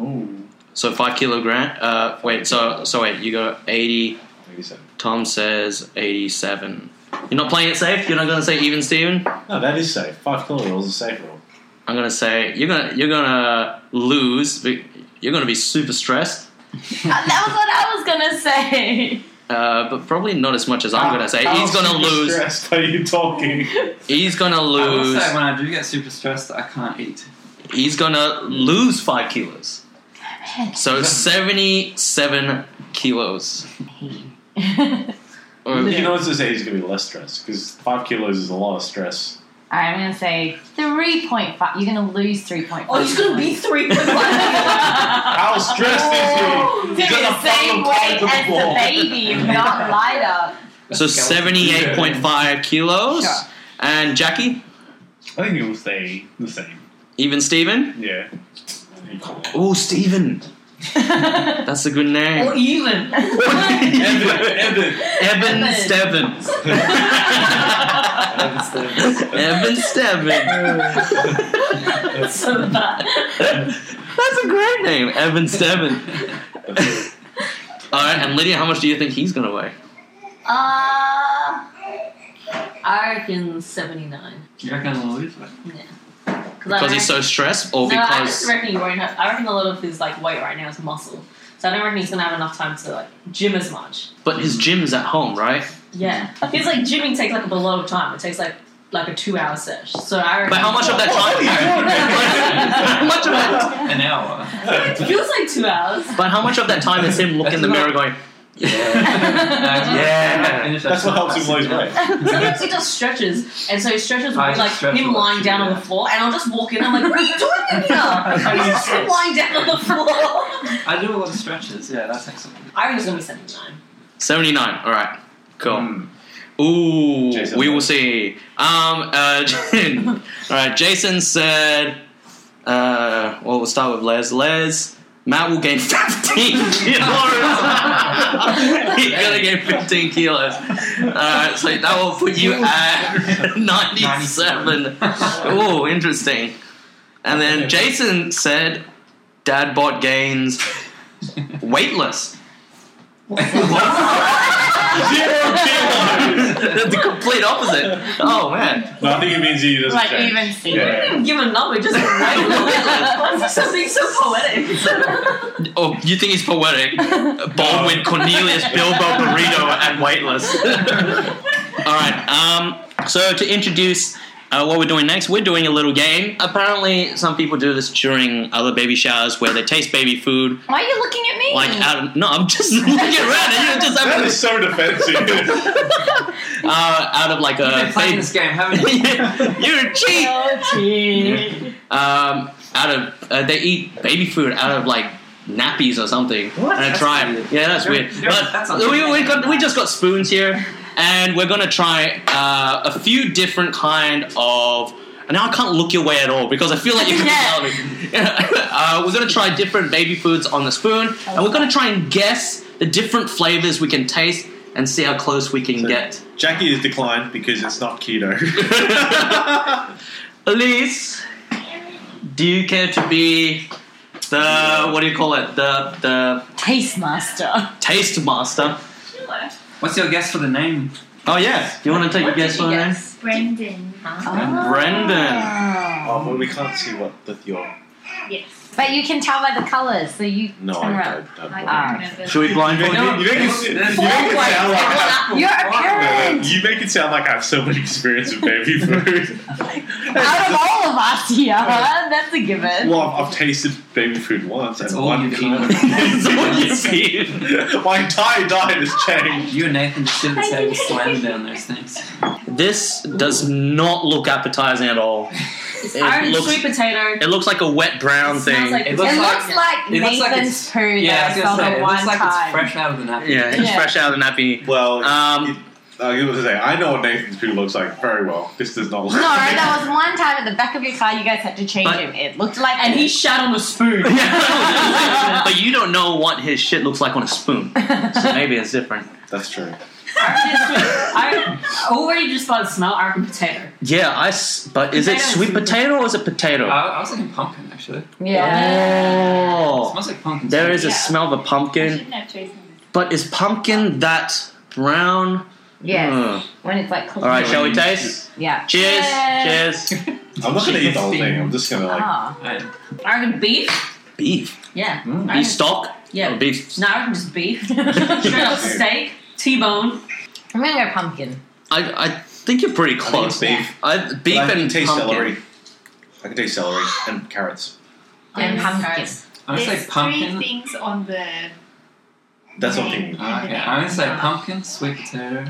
S8: Ooh.
S2: So five kilo grant. Uh, wait. So so wait. You got eighty.
S4: Eighty-seven.
S2: Tom says eighty-seven. You're not playing it safe. You're not gonna say even, Steven?
S4: No, that is safe. Five kilo rule is a safe rule.
S2: I'm gonna say you're gonna you're gonna lose. but You're gonna be super stressed.
S7: Uh, that was what I was gonna say.
S2: Uh, but probably not as much as I'm gonna say.
S4: How
S2: He's gonna
S4: super
S2: lose.
S4: Stressed are you talking?
S2: He's gonna
S6: I will
S2: lose.
S6: say when I do get super stressed, I can't eat.
S2: He's gonna lose five kilos. So seventy-seven kilos. Or-
S4: you can also say he's gonna be less stressed because five kilos is a lot of stress.
S7: All right, I'm gonna say three point five. You're gonna lose three point five.
S5: Oh, he's gonna be three point five.
S4: How stressed is
S7: to
S4: he?
S7: be
S4: He's
S7: the
S4: got a
S7: same
S4: fucking
S7: weight
S4: tiger
S7: as the
S4: ball.
S7: baby, if not lighter.
S2: So seventy-eight point five kilos.
S7: Sure.
S2: And Jackie,
S8: I think it will stay the same.
S2: even Steven.
S8: Yeah.
S2: Oh, Steven. That's a good
S5: or
S2: name.
S5: even.
S4: Evan,
S2: Evan
S7: Evan.
S2: Stebbins.
S6: Evan Stevens.
S2: Evan Stebbins.
S5: That's so bad.
S2: That's a great name, Evan Stebbins. All right, and Lydia, how much do you think he's gonna weigh?
S5: Uh, I reckon 79.
S6: You reckon I'll lose it?
S2: Because he's so stressed, or
S5: no, I just
S2: because
S5: reckon he won't have. I reckon a lot of his like weight right now is muscle, so I don't reckon he's gonna have enough time to like gym as much.
S2: but his gym's at home, right?
S5: Yeah, he's like gymming takes like a lot of time. It takes like like a two hour sesh. So I reckon.
S2: But how much of that time? how
S4: What are you
S2: much of that?
S6: An hour.
S5: It feels like two hours.
S2: But how much of that time is him looking in the mirror going?
S6: Yeah.
S2: Yeah.
S4: That's what helps him lose weight.
S5: Sometimes he does stretches, and so his stretches will
S6: I
S5: be like
S6: stretch a
S5: him
S6: lot
S5: lying
S6: too,
S5: down on
S6: yeah.
S5: the floor, and I'll just walk in. I'm like, what are you doing in here? I'm just lying down on the floor.
S6: I do a lot of stretches. Yeah, that's excellent.
S5: I reckon he's gonna be seventy nine.
S2: 79. All right. Cool.
S8: Mm.
S2: Ooh,
S4: Jason
S2: we will
S4: wins.
S2: see. Um, uh, all right. Jason said, uh, well, we'll start with Les. Les, Matt will gain 15 kilos. He's going to gain 15 kilos. All right. So that will put you at 97. Ooh, interesting. And then Jason said, Dad bot gains weightless.
S4: Zero kilos.
S2: the complete opposite. Oh man.
S4: No, I think it means he doesn't
S7: Like
S4: change.
S7: even Steven.
S5: I
S4: Yeah.
S5: didn't even give a number, just a random number. That's just something so poetic.
S2: Oh, you think he's poetic? Baldwin, Cornelius, Bilbo, Burrito, and Weightless. All right. Um, so to introduce. Uh, what we're doing next, we're doing a little game. Apparently, some people do this during other baby showers where they taste baby food.
S7: Why are you looking at me?
S2: Like, out of, no, I'm just looking around and you're just
S4: That
S2: having
S4: is so defensive.
S2: uh, out of like
S6: You've
S2: a
S6: been playing this game, haven't you?
S2: you're a cheat.
S7: Oh, gee.
S2: um, out of uh, they eat baby food out of like nappies or something
S6: What?
S2: and a
S6: That's
S2: tribe.
S6: weird.
S2: Yeah, that's
S6: Don't-
S2: weird.
S6: don't-
S2: But
S6: that's not
S2: we,
S6: good.
S2: we, got, we just got spoons here, and we're gonna try uh, a few different kind of. And now I can't look your way at all because I feel like you can
S7: Yeah.
S2: tell me. uh, we're gonna try different baby foods on the spoon, and we're gonna try and guess the different flavors we can taste and see how close we can
S4: So-
S2: get.
S4: Jackie is declined because it's not keto.
S2: Elise, do you care to be the what do you call it? The the
S7: Taste master.
S2: taste master.
S6: What's your guess for the name?
S2: Oh yeah, do you want to take a guess for that?
S3: Brendan.
S7: Oh.
S2: Brendan.
S4: Um, Oh, well, we can't see what the your.
S3: Yes.
S7: But you can tell by the colors, so you
S4: No,
S7: turn
S4: I
S7: around.
S4: don't. I don't.
S7: Ah.
S2: Should we blindfold
S4: You
S2: you?
S4: make it, you make it sound like I-
S7: Your appearance!
S4: You make it sound like I have so much experience with baby food.
S7: Out of all of us here, huh? that's a given.
S4: well, I've, I've tasted baby food once.
S6: That's
S4: and
S6: all
S4: one
S6: you've
S4: kind.
S6: eaten.
S4: It's all you've eaten. My entire diet has changed.
S6: You and Nathan just sit at the table slamming down those things.
S2: This does not look appetizing at all. It
S5: Orange
S2: looks-
S5: sweet potato.
S2: It looks like a wet brown
S5: It smells
S2: thing.
S5: like-
S6: It
S7: it
S6: looks
S7: looks
S6: like.
S7: like
S6: it looks like
S7: Nathan's poo
S6: yeah, I
S7: that
S6: was
S7: I
S6: gonna say,
S7: saw
S6: it
S7: the
S6: looks
S7: one
S6: like it's
S7: time.
S6: fresh out of the napkin.
S2: yeah, it's
S7: Yeah.
S2: fresh out of the nappy.
S4: Well,
S2: Um,
S4: I was gonna say I know what Nathan's food looks like very well. This does not look.
S7: No, that was one time at the back of your car you guys had to change
S2: But-
S7: him. It looked like
S5: And he shat on a spoon.
S2: yeah, but you don't know what his shit looks like on a spoon, so maybe it's different.
S4: That's true.
S5: I already just by the smell, I reckon potato.
S2: Yeah, I. s- But is it
S5: Potato is
S2: sweet
S5: sweet
S2: potato or is it potato?
S6: I, I was thinking pumpkin actually. It
S2: Oh,
S6: smells like pumpkin.
S2: there is a
S6: a.
S7: Yeah.
S2: smell of a pumpkin, but is pumpkin that brown?
S7: Yes.
S2: Ugh.
S7: When it's like
S2: Hmm. All right, shall we taste?
S7: Yeah.
S2: Cheers!
S7: Yay.
S2: Cheers!
S4: I'm not gonna eat the whole thing. I'm just gonna like.
S7: Ah.
S5: I reckon beef.
S2: Beef,
S5: Yeah. I
S2: beef
S5: reckon-
S2: stock,
S5: Yeah.
S2: Or beef.
S5: No, I reckon just beef. Straight up steak, T-bone.
S7: I'm gonna go pumpkin.
S2: I, I think you're pretty
S4: I think it's
S2: close.
S4: beef.
S2: I, Oh. beef
S4: I can
S2: and
S4: taste
S2: pumpkin.
S4: celery. I can taste celery and carrots.
S7: And pumpkin.
S6: I'm gonna say
S3: There's three
S6: pumpkin.
S3: things on the.
S4: That's what I'm thinking.
S6: Ah, okay. I'm gonna say pumpkin, sweet potato,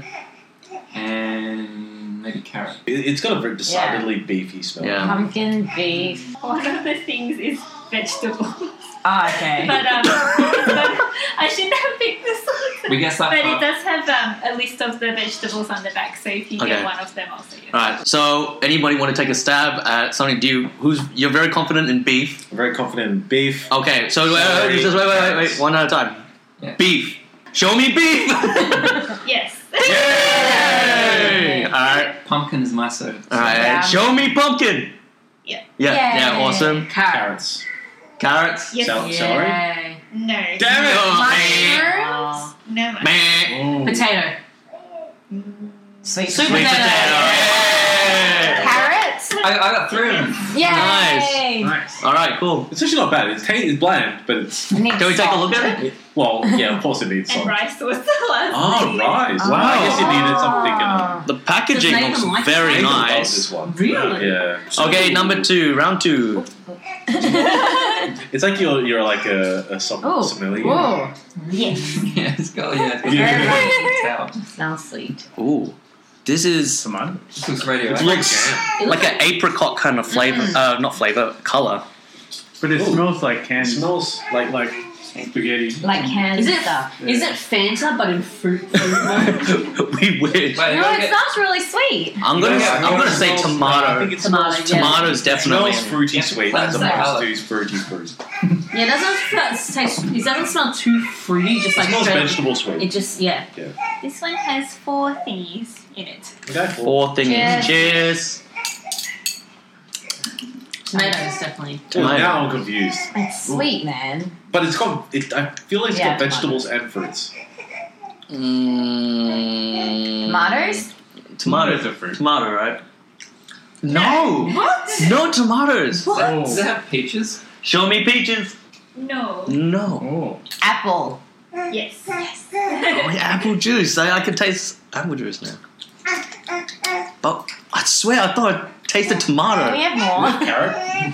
S6: and maybe carrot.
S4: It- It's got a very decidedly beefy smell.
S2: Yeah.
S7: Pumpkin beef.
S3: One of the things is vegetable.
S7: Ah, okay.
S3: but um, so I shouldn't have picked this one.
S6: We guess that.
S3: But it
S6: far.
S3: does have um, a list of the vegetables on the back, so if you
S2: Okay.
S3: get one of them, I'll see you.
S2: All right. So, anybody want to take a stab at something? Do you? Who's? You're very confident in beef.
S4: I'm very confident in beef.
S2: Okay. So wait, wait, wait,
S4: Celery,
S2: just wait, wait, wait, wait.
S4: carrots.
S2: One at a time.
S6: Yeah.
S2: Beef. Show me beef.
S3: Yes.
S2: Yay! All right.
S6: Pumpkin is my soda.
S2: All right.
S7: Yeah.
S2: Show me pumpkin.
S3: Yeah.
S2: Yeah. Yeah.
S7: Yay.
S2: Awesome.
S7: Ah.
S4: Carrots.
S2: Carrots.
S3: yes.
S4: Sal- Celery.
S7: Yay.
S3: No.
S2: Damn it. Oh,
S7: Oh.
S3: No. no.
S2: meh. Meh.
S5: Potato.
S7: Sweet,
S5: Sweet
S2: Sweet
S5: potato.
S2: potato. Yay.
S7: Carrots?
S6: I, I got three of them.
S7: Yay.
S2: Nice.
S6: Nice.
S2: All right. Cool.
S4: It's actually not bad. It's, ta- it's bland, but it's
S2: Can we take a look at it?
S4: well, yeah. Of course, it needs
S3: And
S4: salt.
S3: rice was the last.
S4: Oh,
S3: thing.
S4: rice! Wow, I guess it needed something. Uh,
S2: The packaging
S5: Does Nathan
S2: looks
S5: like
S2: very
S4: Nathan loves
S2: nice.
S4: This one.
S5: Really?
S4: Yeah.
S2: Okay, number two, round two.
S4: It's like you're you're like a, a som-
S7: Ooh.
S4: sommelier.
S7: Oh, Whoa.
S6: yeah, it's got yeah. It's
S7: Yeah.
S6: got This
S7: Smells sweet.
S2: Ooh, this is
S8: Tomato.
S6: looks radio.
S2: it looks like an apricot kind of flavor. Uh, not flavor, color.
S8: But it
S4: Ooh.
S8: smells like
S4: It
S8: canned
S4: smells like
S8: like spaghetti.
S7: Like canned
S5: Is it-
S7: stuff.
S5: Is it Fanta but in fruit? fruit mode?
S2: we wish.
S6: Wait,
S7: No, it
S6: okay.
S7: smells really sweet.
S2: I'm gonna.
S4: Yeah,
S2: I'm gonna say
S4: smells- I think
S2: tomato.
S4: it smells.
S5: Tomato, yeah.
S2: Tomato's
S4: It
S2: definitely.
S4: smells fruity
S6: Yeah.
S4: sweet.
S6: Well,
S4: That's
S6: it's
S4: a
S6: like
S4: must
S6: olive.
S4: do. Fruity fruit.
S5: yeah, it doesn't smell, taste, it doesn't smell too fruity, just
S4: It
S5: like
S4: smells
S5: straight-
S4: vegetable sweet.
S5: It just, yeah.
S3: This one has four thingies in it.
S4: Okay, cool.
S2: Four things.
S7: Cheers.
S2: Cheers.
S5: Tomatoes, definitely.
S4: Well,
S2: Tomato.
S4: now I'm confused.
S7: It's sweet, man.
S4: But it's got. It, I feel like it's
S7: Yeah,
S4: got vegetables and fruits.
S2: Mm,
S7: Tomatoes?
S2: Tomatoes.
S8: are fruit.
S2: Tomato, right? No.
S5: What?
S2: No tomatoes.
S6: Does
S8: Oh.
S6: it have peaches?
S2: Show me peaches.
S3: No.
S2: No.
S8: Oh.
S7: Apple.
S3: Yes.
S2: Oh, yeah, apple juice. I, I can taste apple juice now. But I swear, I thought I tasted
S7: Can we
S2: tomato.
S7: have more?
S4: Carrot.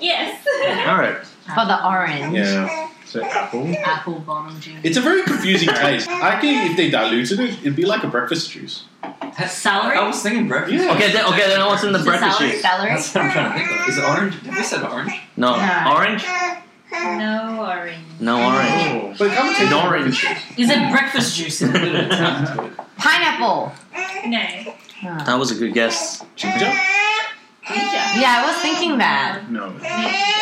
S3: yes.
S2: All right.
S7: For the orange.
S4: Yeah.
S8: So apple.
S5: Apple bottom juice.
S4: It's a very confusing taste. I think if they diluted it, it'd be like a breakfast juice.
S5: Celery?
S6: I was thinking breakfast.
S4: Yeah.
S2: Okay, then, okay, then what's in the
S5: Is it
S2: breakfast
S5: salad?
S2: sheet?
S7: Celery.
S6: That's what I'm trying to think of. Is it orange? Have we said orange?
S2: No.
S7: No.
S2: Orange?
S3: No orange.
S2: No orange.
S8: Oh.
S4: But it kind of tastes like
S2: Orange.
S4: breakfast
S5: Is it breakfast juice? in it?
S7: Pineapple.
S3: No.
S7: Huh.
S2: That was a good guess.
S4: juice. Ginger?
S7: Yeah, I was thinking that.
S8: No.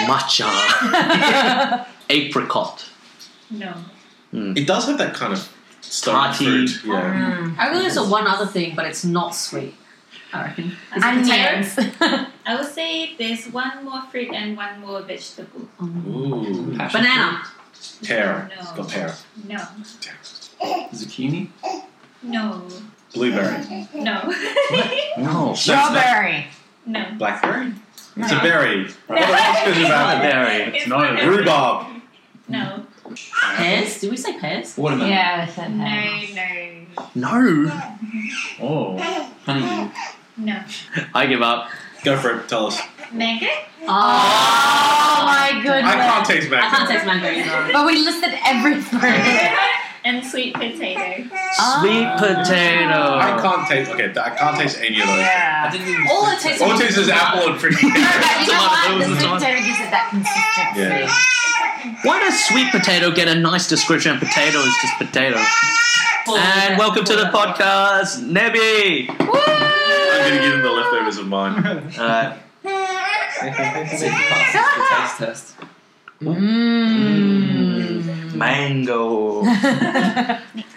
S2: Matcha. Apricot.
S3: No.
S4: It does have that kind of stone
S2: Tarty.
S4: fruit. Yeah.
S7: Mm.
S5: I realize there's one other thing, but it's not sweet. I reckon. Is it potatoes?
S7: Onions.
S3: I will say there's one more fruit and one more vegetable.
S4: Ooh.
S6: Passion
S5: Banana.
S4: Pear. It's
S3: No.
S4: got pear.
S3: No.
S6: fruit, Zucchini.
S3: No.
S4: Blueberry.
S3: No.
S2: No.
S7: Strawberry.
S3: no.
S4: Blackberry. It's a berry. What the fuck is it
S2: Not a
S4: about?
S2: berry.
S3: It's
S8: not a
S3: not-
S4: Rhubarb.
S3: No.
S5: Pears? Did we say pears?
S2: Watermelon.
S7: Yeah, I said
S3: No,
S7: no.
S3: no.
S2: No.
S4: Oh.
S6: Honeydew.
S3: No.
S2: I give up.
S4: Go for it. Tell us.
S3: Mango?
S7: Oh, my goodness.
S4: I can't taste
S5: I can't
S4: mango.
S5: taste mango either.
S7: But we listed everything.
S3: and sweet potato.
S2: Sweet
S7: Oh.
S2: potato.
S4: Uh, I can't taste. Okay, I can't taste any of those.
S6: I
S7: Yeah.
S6: didn't even
S5: All it tastes
S4: All it tastes is apple and freaking.
S7: you know what? The
S2: Tomatoes and
S7: sweet
S2: tomato-
S7: potato gives it that consistency.
S4: yeah.
S2: Why does sweet potato get a nice description and potato is just potato? And welcome to the podcast, Nebby.
S4: I'm gonna give him the leftovers of mine.
S2: Uh,
S6: say pass the taste test.
S7: Mm.
S2: Mm. mango.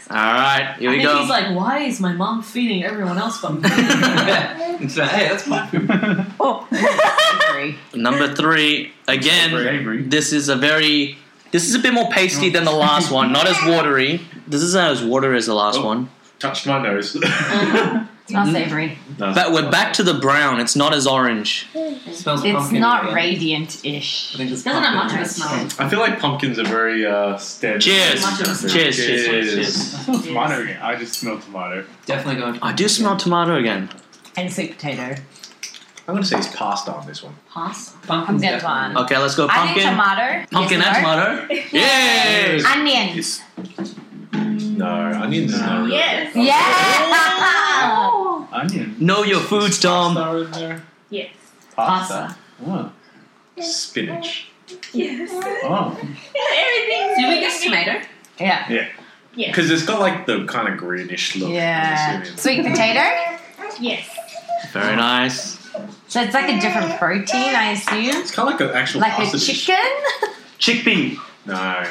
S2: All right, here we
S5: And
S2: go.
S5: he's like, why is my mom feeding everyone else but me?
S6: It's like, hey, that's my food.
S2: Number three. Again,
S8: Avery.
S2: this is a very. This is a bit more pasty than the last one. Not as watery. This isn't as watery as the last
S4: Oh.
S2: one.
S4: Touched my nose.
S7: It's not savory.
S4: No,
S2: But we're back to the brown. It's not as orange.
S6: It smells
S7: It's
S6: pumpkin,
S7: not
S6: yeah.
S7: radiant ish.
S6: I think it's
S5: Doesn't have much
S6: pumpkin.
S5: of a smell.
S4: I feel like pumpkins are very uh, standard.
S2: Cheers.
S5: Much of a
S2: Cheers. Cheers. Cheers.
S4: Cheers.
S2: cheers.
S8: I smell tomato again. I just smell tomato.
S6: Definitely going.
S2: I do smell tomato again.
S7: And sweet potato.
S4: I'm gonna say it's pasta on this one.
S5: Pasta.
S7: Pumpkin
S6: pumpkin's definitely-
S7: one.
S2: Okay, let's go
S7: I think
S2: pumpkin.
S7: tomato.
S2: Pumpkin
S7: yes,
S2: and tomato. Yay!
S7: Onion.
S4: It's, no, onions is not really.
S3: Yes.
S7: Yeah.
S8: Onion.
S2: Know your foods, Tom.
S8: Pasta in there.
S3: Yes.
S8: Pasta. Oh.
S4: Spinach.
S3: Yes.
S8: oh.
S3: Everything.
S5: Did we get tomato?
S7: Yeah.
S3: Yes.
S4: Because it's got like the kind of greenish look. I'm
S7: Yeah.
S4: assuming.
S7: Sweet potato.
S3: Yes.
S2: Very nice.
S7: So it's like a different protein, I assume.
S4: It's kind of like an actual
S7: Like
S4: pasta
S7: a
S4: dish.
S7: chicken.
S2: Chickpea.
S4: No.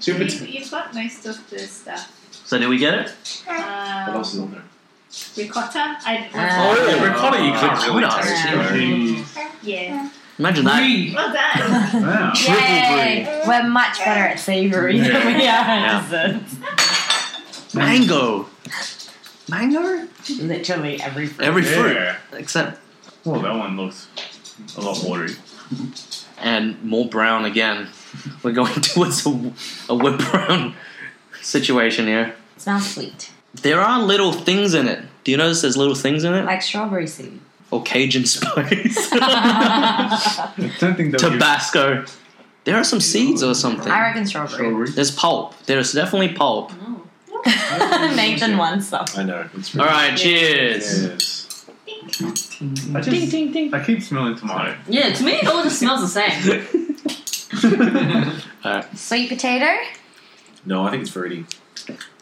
S4: Sweet
S3: You've,
S4: pot-
S3: you've got most of the stuff.
S2: so did we get it?
S4: What
S3: Um,
S4: else is on there?
S3: ricotta. I
S7: Uh,
S4: Oh, yeah, ricotta you can't
S2: Uh,
S4: really
S2: ricotta.
S4: taste.
S7: Yeah.
S4: though.
S3: yeah.
S2: Imagine that.
S3: Well done.
S8: Wow.
S7: Yay. We're much better at savory than we are at desserts.
S2: Mango. Mango?
S7: Literally every fruit.
S2: Every fruit
S8: Yeah.
S2: except
S8: Well, Oh, that one looks a lot watery.
S2: and more brown again. We're going towards a, a wood brown situation here.
S7: smells sweet.
S2: There are little things in it. Do you notice there's little things in it?
S7: Like strawberry seed.
S2: Or Cajun spice.
S7: I
S8: I don't think they'll give
S2: Tabasco. There are some seeds or something.
S7: reckon strawberry.
S8: strawberry.
S2: There's pulp. There's definitely pulp.
S7: Nathan wants some.
S4: I know. It's
S2: All right, cheers.
S4: Yes.
S8: I just, I keep smelling tomato.
S5: Yeah, to me it all just smells the same.
S7: Sweet potato.
S4: No, I think it's fruity.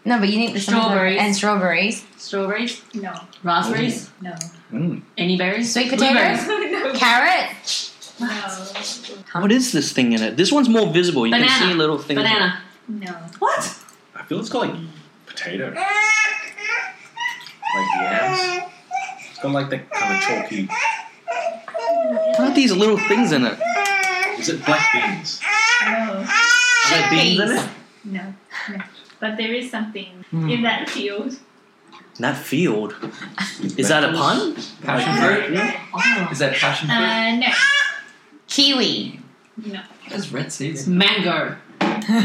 S7: No, but you need the summer-
S5: Strawberries.
S7: and strawberries.
S5: Strawberries,
S3: No.
S5: raspberries,
S3: No.
S8: Mm.
S5: any berries,
S7: Sweet potatoes.
S3: no.
S7: Carrot.
S3: No.
S2: What is this thing in it? This one's more visible. You can
S5: Banana.
S2: see little things.
S5: banana.
S3: No.
S5: What?
S4: I feel it's got like potato. Like yams. It's got like that kind of chalky.
S2: What are these little things in it?
S4: Is it black beans?
S3: No.
S2: Are there beans in it?
S7: Chickpeas.
S3: No. No. But there is something in that field.
S2: In that field. Is that a pun?
S6: Passion fruit? Is that passion fruit?
S3: Uh, no.
S7: Kiwi.
S3: No.
S6: That's red seeds.
S5: Mango.
S3: No.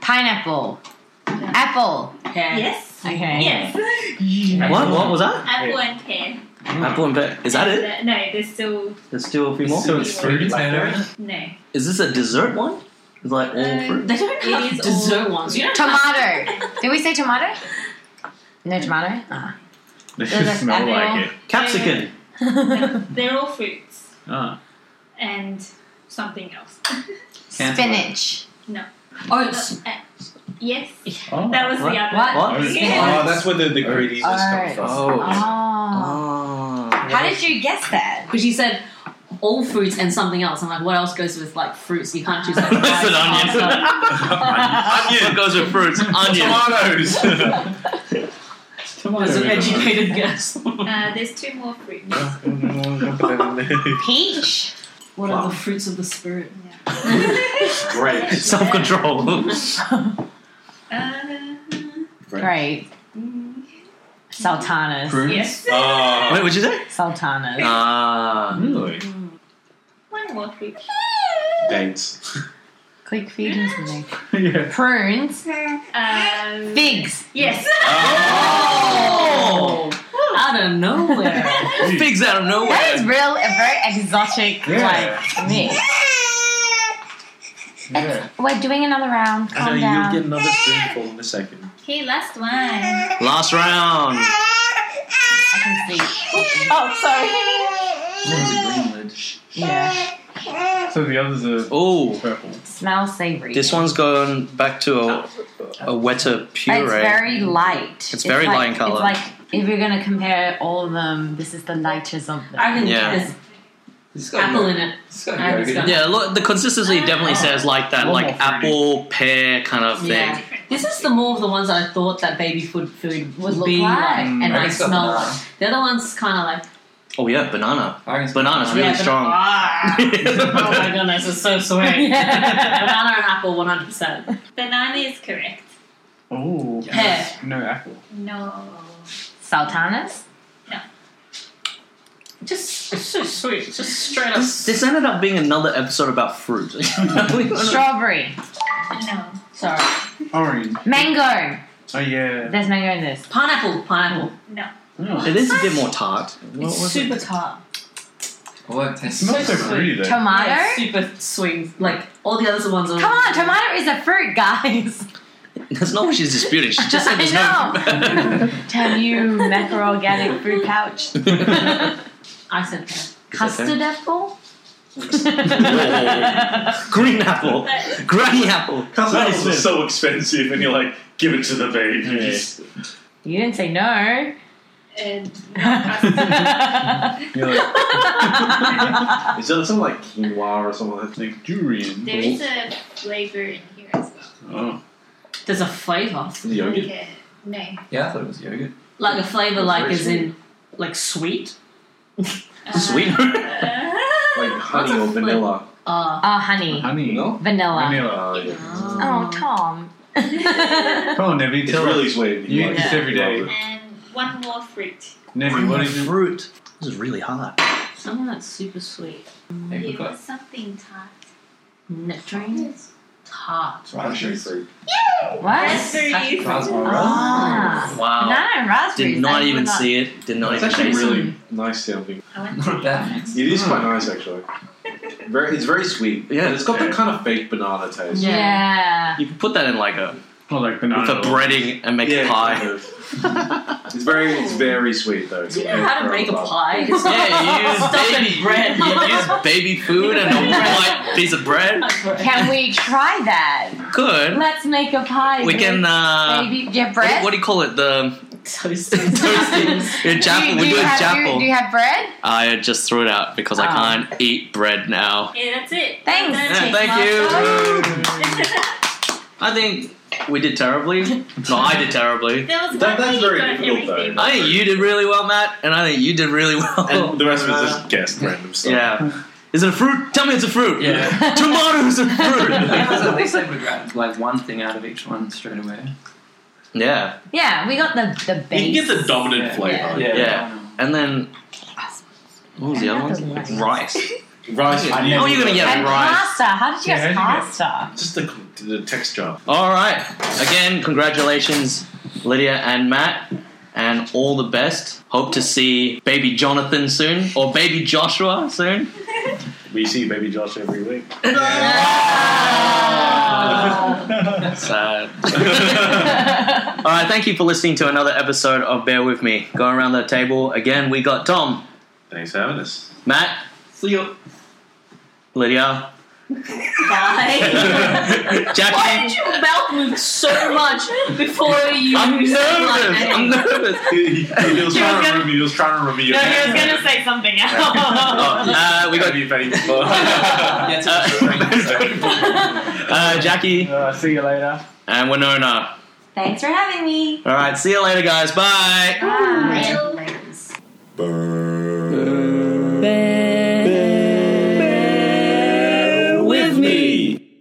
S7: Pineapple. Apple.
S5: Pear.
S3: Yes.
S7: Okay.
S3: Yes.
S2: What? What was that?
S3: Apple and pear. uh,
S2: Apple and pear. Is that it?
S3: No, there's still
S2: There's still a few more.
S8: So it's
S3: Fruit
S8: fruity. like
S6: potato.
S8: that.
S3: no.
S2: Is this a dessert one? It's like eh, all
S3: Uh,
S2: fruit.
S5: They don't
S3: It
S5: have
S3: is
S5: dessert
S3: all-
S5: ones. You don't
S7: Tomato. Did we say tomato? No tomato. Ah.
S8: They
S7: Does it
S8: just smell
S7: smell?
S8: like it.
S2: Capsicum.
S3: No, They're all fruits
S8: Ah.
S3: and something else.
S7: Spinach.
S5: Oats.
S3: Yes.
S8: Oh.
S3: That was
S2: What?
S3: the other.
S7: What?
S2: What?
S3: Yeah.
S4: Oh, that's where the, the greedies come
S7: Alright.
S4: from.
S2: Oh.
S7: Oh.
S2: Oh.
S7: How did you guess that?
S5: But she said all fruits and something else. I'm like, what else goes with like fruits? You can't choose like
S2: It's an
S5: rice,
S2: onion.
S5: pasta.
S2: Onion. What goes with fruits? Onion.
S4: Tomatoes.
S5: It was an
S8: Tomato.
S5: educated guess.
S3: Uh, there's two more fruits.
S7: Peach.
S5: What are the fruits of the spirit?
S4: Grapes.
S2: Self control.
S3: Uh,
S7: Great.
S3: mm,
S1: Sultanas.
S6: Prunes?
S3: Yes.
S4: Oh.
S2: Wait, what'd you say?
S1: Sultanas.
S2: Ah.
S4: Really?
S3: One more fruit.
S4: Dates.
S1: Click feed or something.
S8: yeah.
S7: Prunes.
S3: Um,
S7: Figs.
S3: Yes.
S2: Oh!
S5: Out of nowhere.
S2: Figs out of
S7: That is
S2: nowhere.
S7: real, a very exotic
S8: Yeah.
S7: like mix.
S8: Yeah.
S7: We're doing another round.
S4: I
S7: Calm
S4: know
S7: down.
S4: you'll get another spoonful in a second.
S3: Okay, last one.
S2: Last round.
S7: I can see.
S5: oh, sorry.
S6: One's a green lid.
S7: Yeah.
S8: So the others are
S2: Oh,
S8: purple.
S7: Smells savory.
S2: this one's gone back to a, a wetter
S7: But
S2: puree.
S7: It's very light. It's,
S2: very
S7: like,
S2: light in colour.
S7: It's like if you're gonna compare all of them, this is the lightest of them.
S5: I can
S2: Yeah.
S5: there's
S6: It's got
S5: apple
S6: yogurt.
S5: in it.
S6: It's got
S5: I
S6: yogurt.
S5: understand.
S2: yeah, look, the consistency definitely says like that,
S8: One
S2: like
S8: more fruity.
S2: apple, pear kind of thing.
S5: Yeah. This is the more of the ones that I thought that baby food food
S7: Would look
S5: be
S7: like.
S5: and
S6: I
S5: like
S6: think it's got
S5: smell
S6: banana.
S5: like. The other one's kind of like
S2: Oh yeah, banana.
S6: I think it's got
S2: Banana's really
S5: Yeah,
S2: strong.
S5: oh my goodness, it's so sweet. Banana and apple, one hundred percent.
S3: Banana is correct.
S8: Oh.
S5: Pear.
S8: No apple.
S3: No.
S7: Sultanas.
S5: Just it's so sweet, just straight up.
S2: This, this ended up being another episode about fruit.
S7: Strawberry.
S3: No.
S5: Sorry,
S8: Orange.
S7: Mango.
S8: Oh yeah.
S7: There's mango in this.
S5: pineapple, pineapple.
S2: it is a bit more tart. What
S5: it's
S2: was
S5: super
S2: it?
S5: tart.
S6: Oh, it tastes
S8: It smells so
S6: so good.
S8: fruity though.
S7: Tomato.
S5: Yeah, it's super sweet. Like all the other ones are.
S7: Come on, tomato is a fruit, guys.
S2: That's not what she's disputing. She just said
S7: I
S2: there's no.
S7: Tell you macro organic fruit pouch.
S5: I said pear.
S7: Custard apple.
S2: Green apple, granny apple.
S4: That was so expensive, and you're like, give it to the babies.
S7: You didn't say no.
S3: And no.
S7: Oh,
S8: You're like,
S4: Is that something like quinoa or something like that?
S8: like durian.
S3: there is a flavor in here as well.
S8: Oh.
S5: There's a flavour,
S8: Yogurt.
S3: Yeah. No.
S6: Yeah, I thought it was yogurt.
S5: like a flavour, like
S6: Very
S5: is in like sweet.
S3: Uh,
S2: Sweet.
S4: Like honey or vanilla?
S5: Uh,
S7: Oh, honey.
S8: Honey.
S4: No?
S7: Vanilla.
S8: Vanilla.
S7: Oh, Tom.
S8: Oh, Nevi,
S4: It's
S8: tell
S4: really
S8: us.
S4: sweet.
S8: You
S4: like
S8: eat this
S4: it.
S8: every day.
S4: Love it.
S3: and one more fruit.
S8: Nevi, what is your
S2: fruit? This is really hard.
S5: someone that's super sweet.
S6: Hey, we've
S3: It
S6: got
S3: was something tart.
S5: Nectarine tart.
S6: raspberries.
S7: What?
S3: Raspberries.
S6: Raspberries.
S7: Ah.
S2: Wow.
S7: No, raspberries.
S2: Did not
S7: I
S2: even
S7: would not-
S2: see it. Did not
S4: It's
S2: even
S4: actually
S2: taste it.
S4: really nice sounding.
S3: I want
S6: Not
S3: to
S6: bad.
S4: It is quite nice actually. Very, it's very sweet.
S2: Yeah.
S4: and it's got
S8: Yeah.
S4: that kind of fake banana taste.
S5: Yeah.
S7: Yeah.
S2: You could put that in like a
S8: Oh, like
S2: with
S8: banana.
S2: a breading and make
S4: yeah,
S2: a
S4: kind
S2: pie.
S4: of. it's very, it's very sweet though.
S5: Do you know how to make a pie? Stuff
S2: yeah,
S5: in
S2: you use baby
S5: bread.
S2: You use baby food and a white piece of bread.
S7: Can we try that?
S2: Good.
S7: Let's make a pie.
S2: We
S7: with
S2: can. Uh,
S7: Baby, yeah,
S2: what, do-
S7: bread.
S2: what do you call it? The
S5: Toasties.
S2: Your
S7: do,
S2: japple.
S7: you-
S2: We
S7: do
S2: do
S7: you
S2: a
S7: have, Do you, do
S2: japple.
S7: you have bread?
S2: I just threw it out because I
S7: Oh.
S2: can't eat bread now.
S3: Yeah, that's it.
S7: Thanks.
S2: Yeah,
S3: That's
S2: thank you.
S3: it.
S2: I think we did terribly. No, I did terribly.
S3: That was
S4: That-
S3: one
S4: that's
S3: way you
S4: very
S3: got
S4: difficult, though.
S3: everything.
S2: I think you did really well, Matt, and I think you did really well.
S4: And the rest of
S2: Uh,
S4: it's just guessed random stuff.
S2: Yeah. Is it a fruit? Tell me it's a fruit.
S6: Yeah.
S2: Tomatoes are
S6: Because at
S2: fruit.
S6: least I would grab like one thing out of each one straight away.
S2: yeah.
S7: Yeah, we got the the base.
S4: You can get the dominant
S6: Yeah.
S4: flavor.
S2: Yeah. And then what was the other one? Rice.
S4: Rice.
S2: I
S4: you-
S2: know you're gonna get
S7: and
S2: rice.
S7: pasta. How did you
S8: Yeah,
S7: guys
S8: how'd you get-
S7: pasta?
S4: Just the, the texture.
S2: All right. Again, congratulations, Lydia and Matt, and all the best. Hope to see baby Jonathan soon or baby Joshua soon.
S4: We see baby Josh every week.
S2: Sad. all right. Thank you for listening to another episode of Bear with Me. Going around the table again. We got Tom,
S4: Thanks for having us.
S2: Matt,
S6: See you.
S2: Lydia,
S5: Bye. Why
S2: Jackie.
S5: did your mouth move so much before you?
S2: I'm nervous.
S5: said my name?
S2: I'm nervous.
S4: he, he was trying to remove me. He was trying to remove me.
S7: gonna say something else.
S2: Uh, we got
S4: Baby, baby. yeah,
S6: Yeah, it's a-
S2: uh, Jackie
S8: Uh, see you later.
S2: and Winona.
S7: Thanks for having me.
S2: All right, see you later, guys. Bye.
S3: Ah.
S7: Bye.
S2: Bear with me.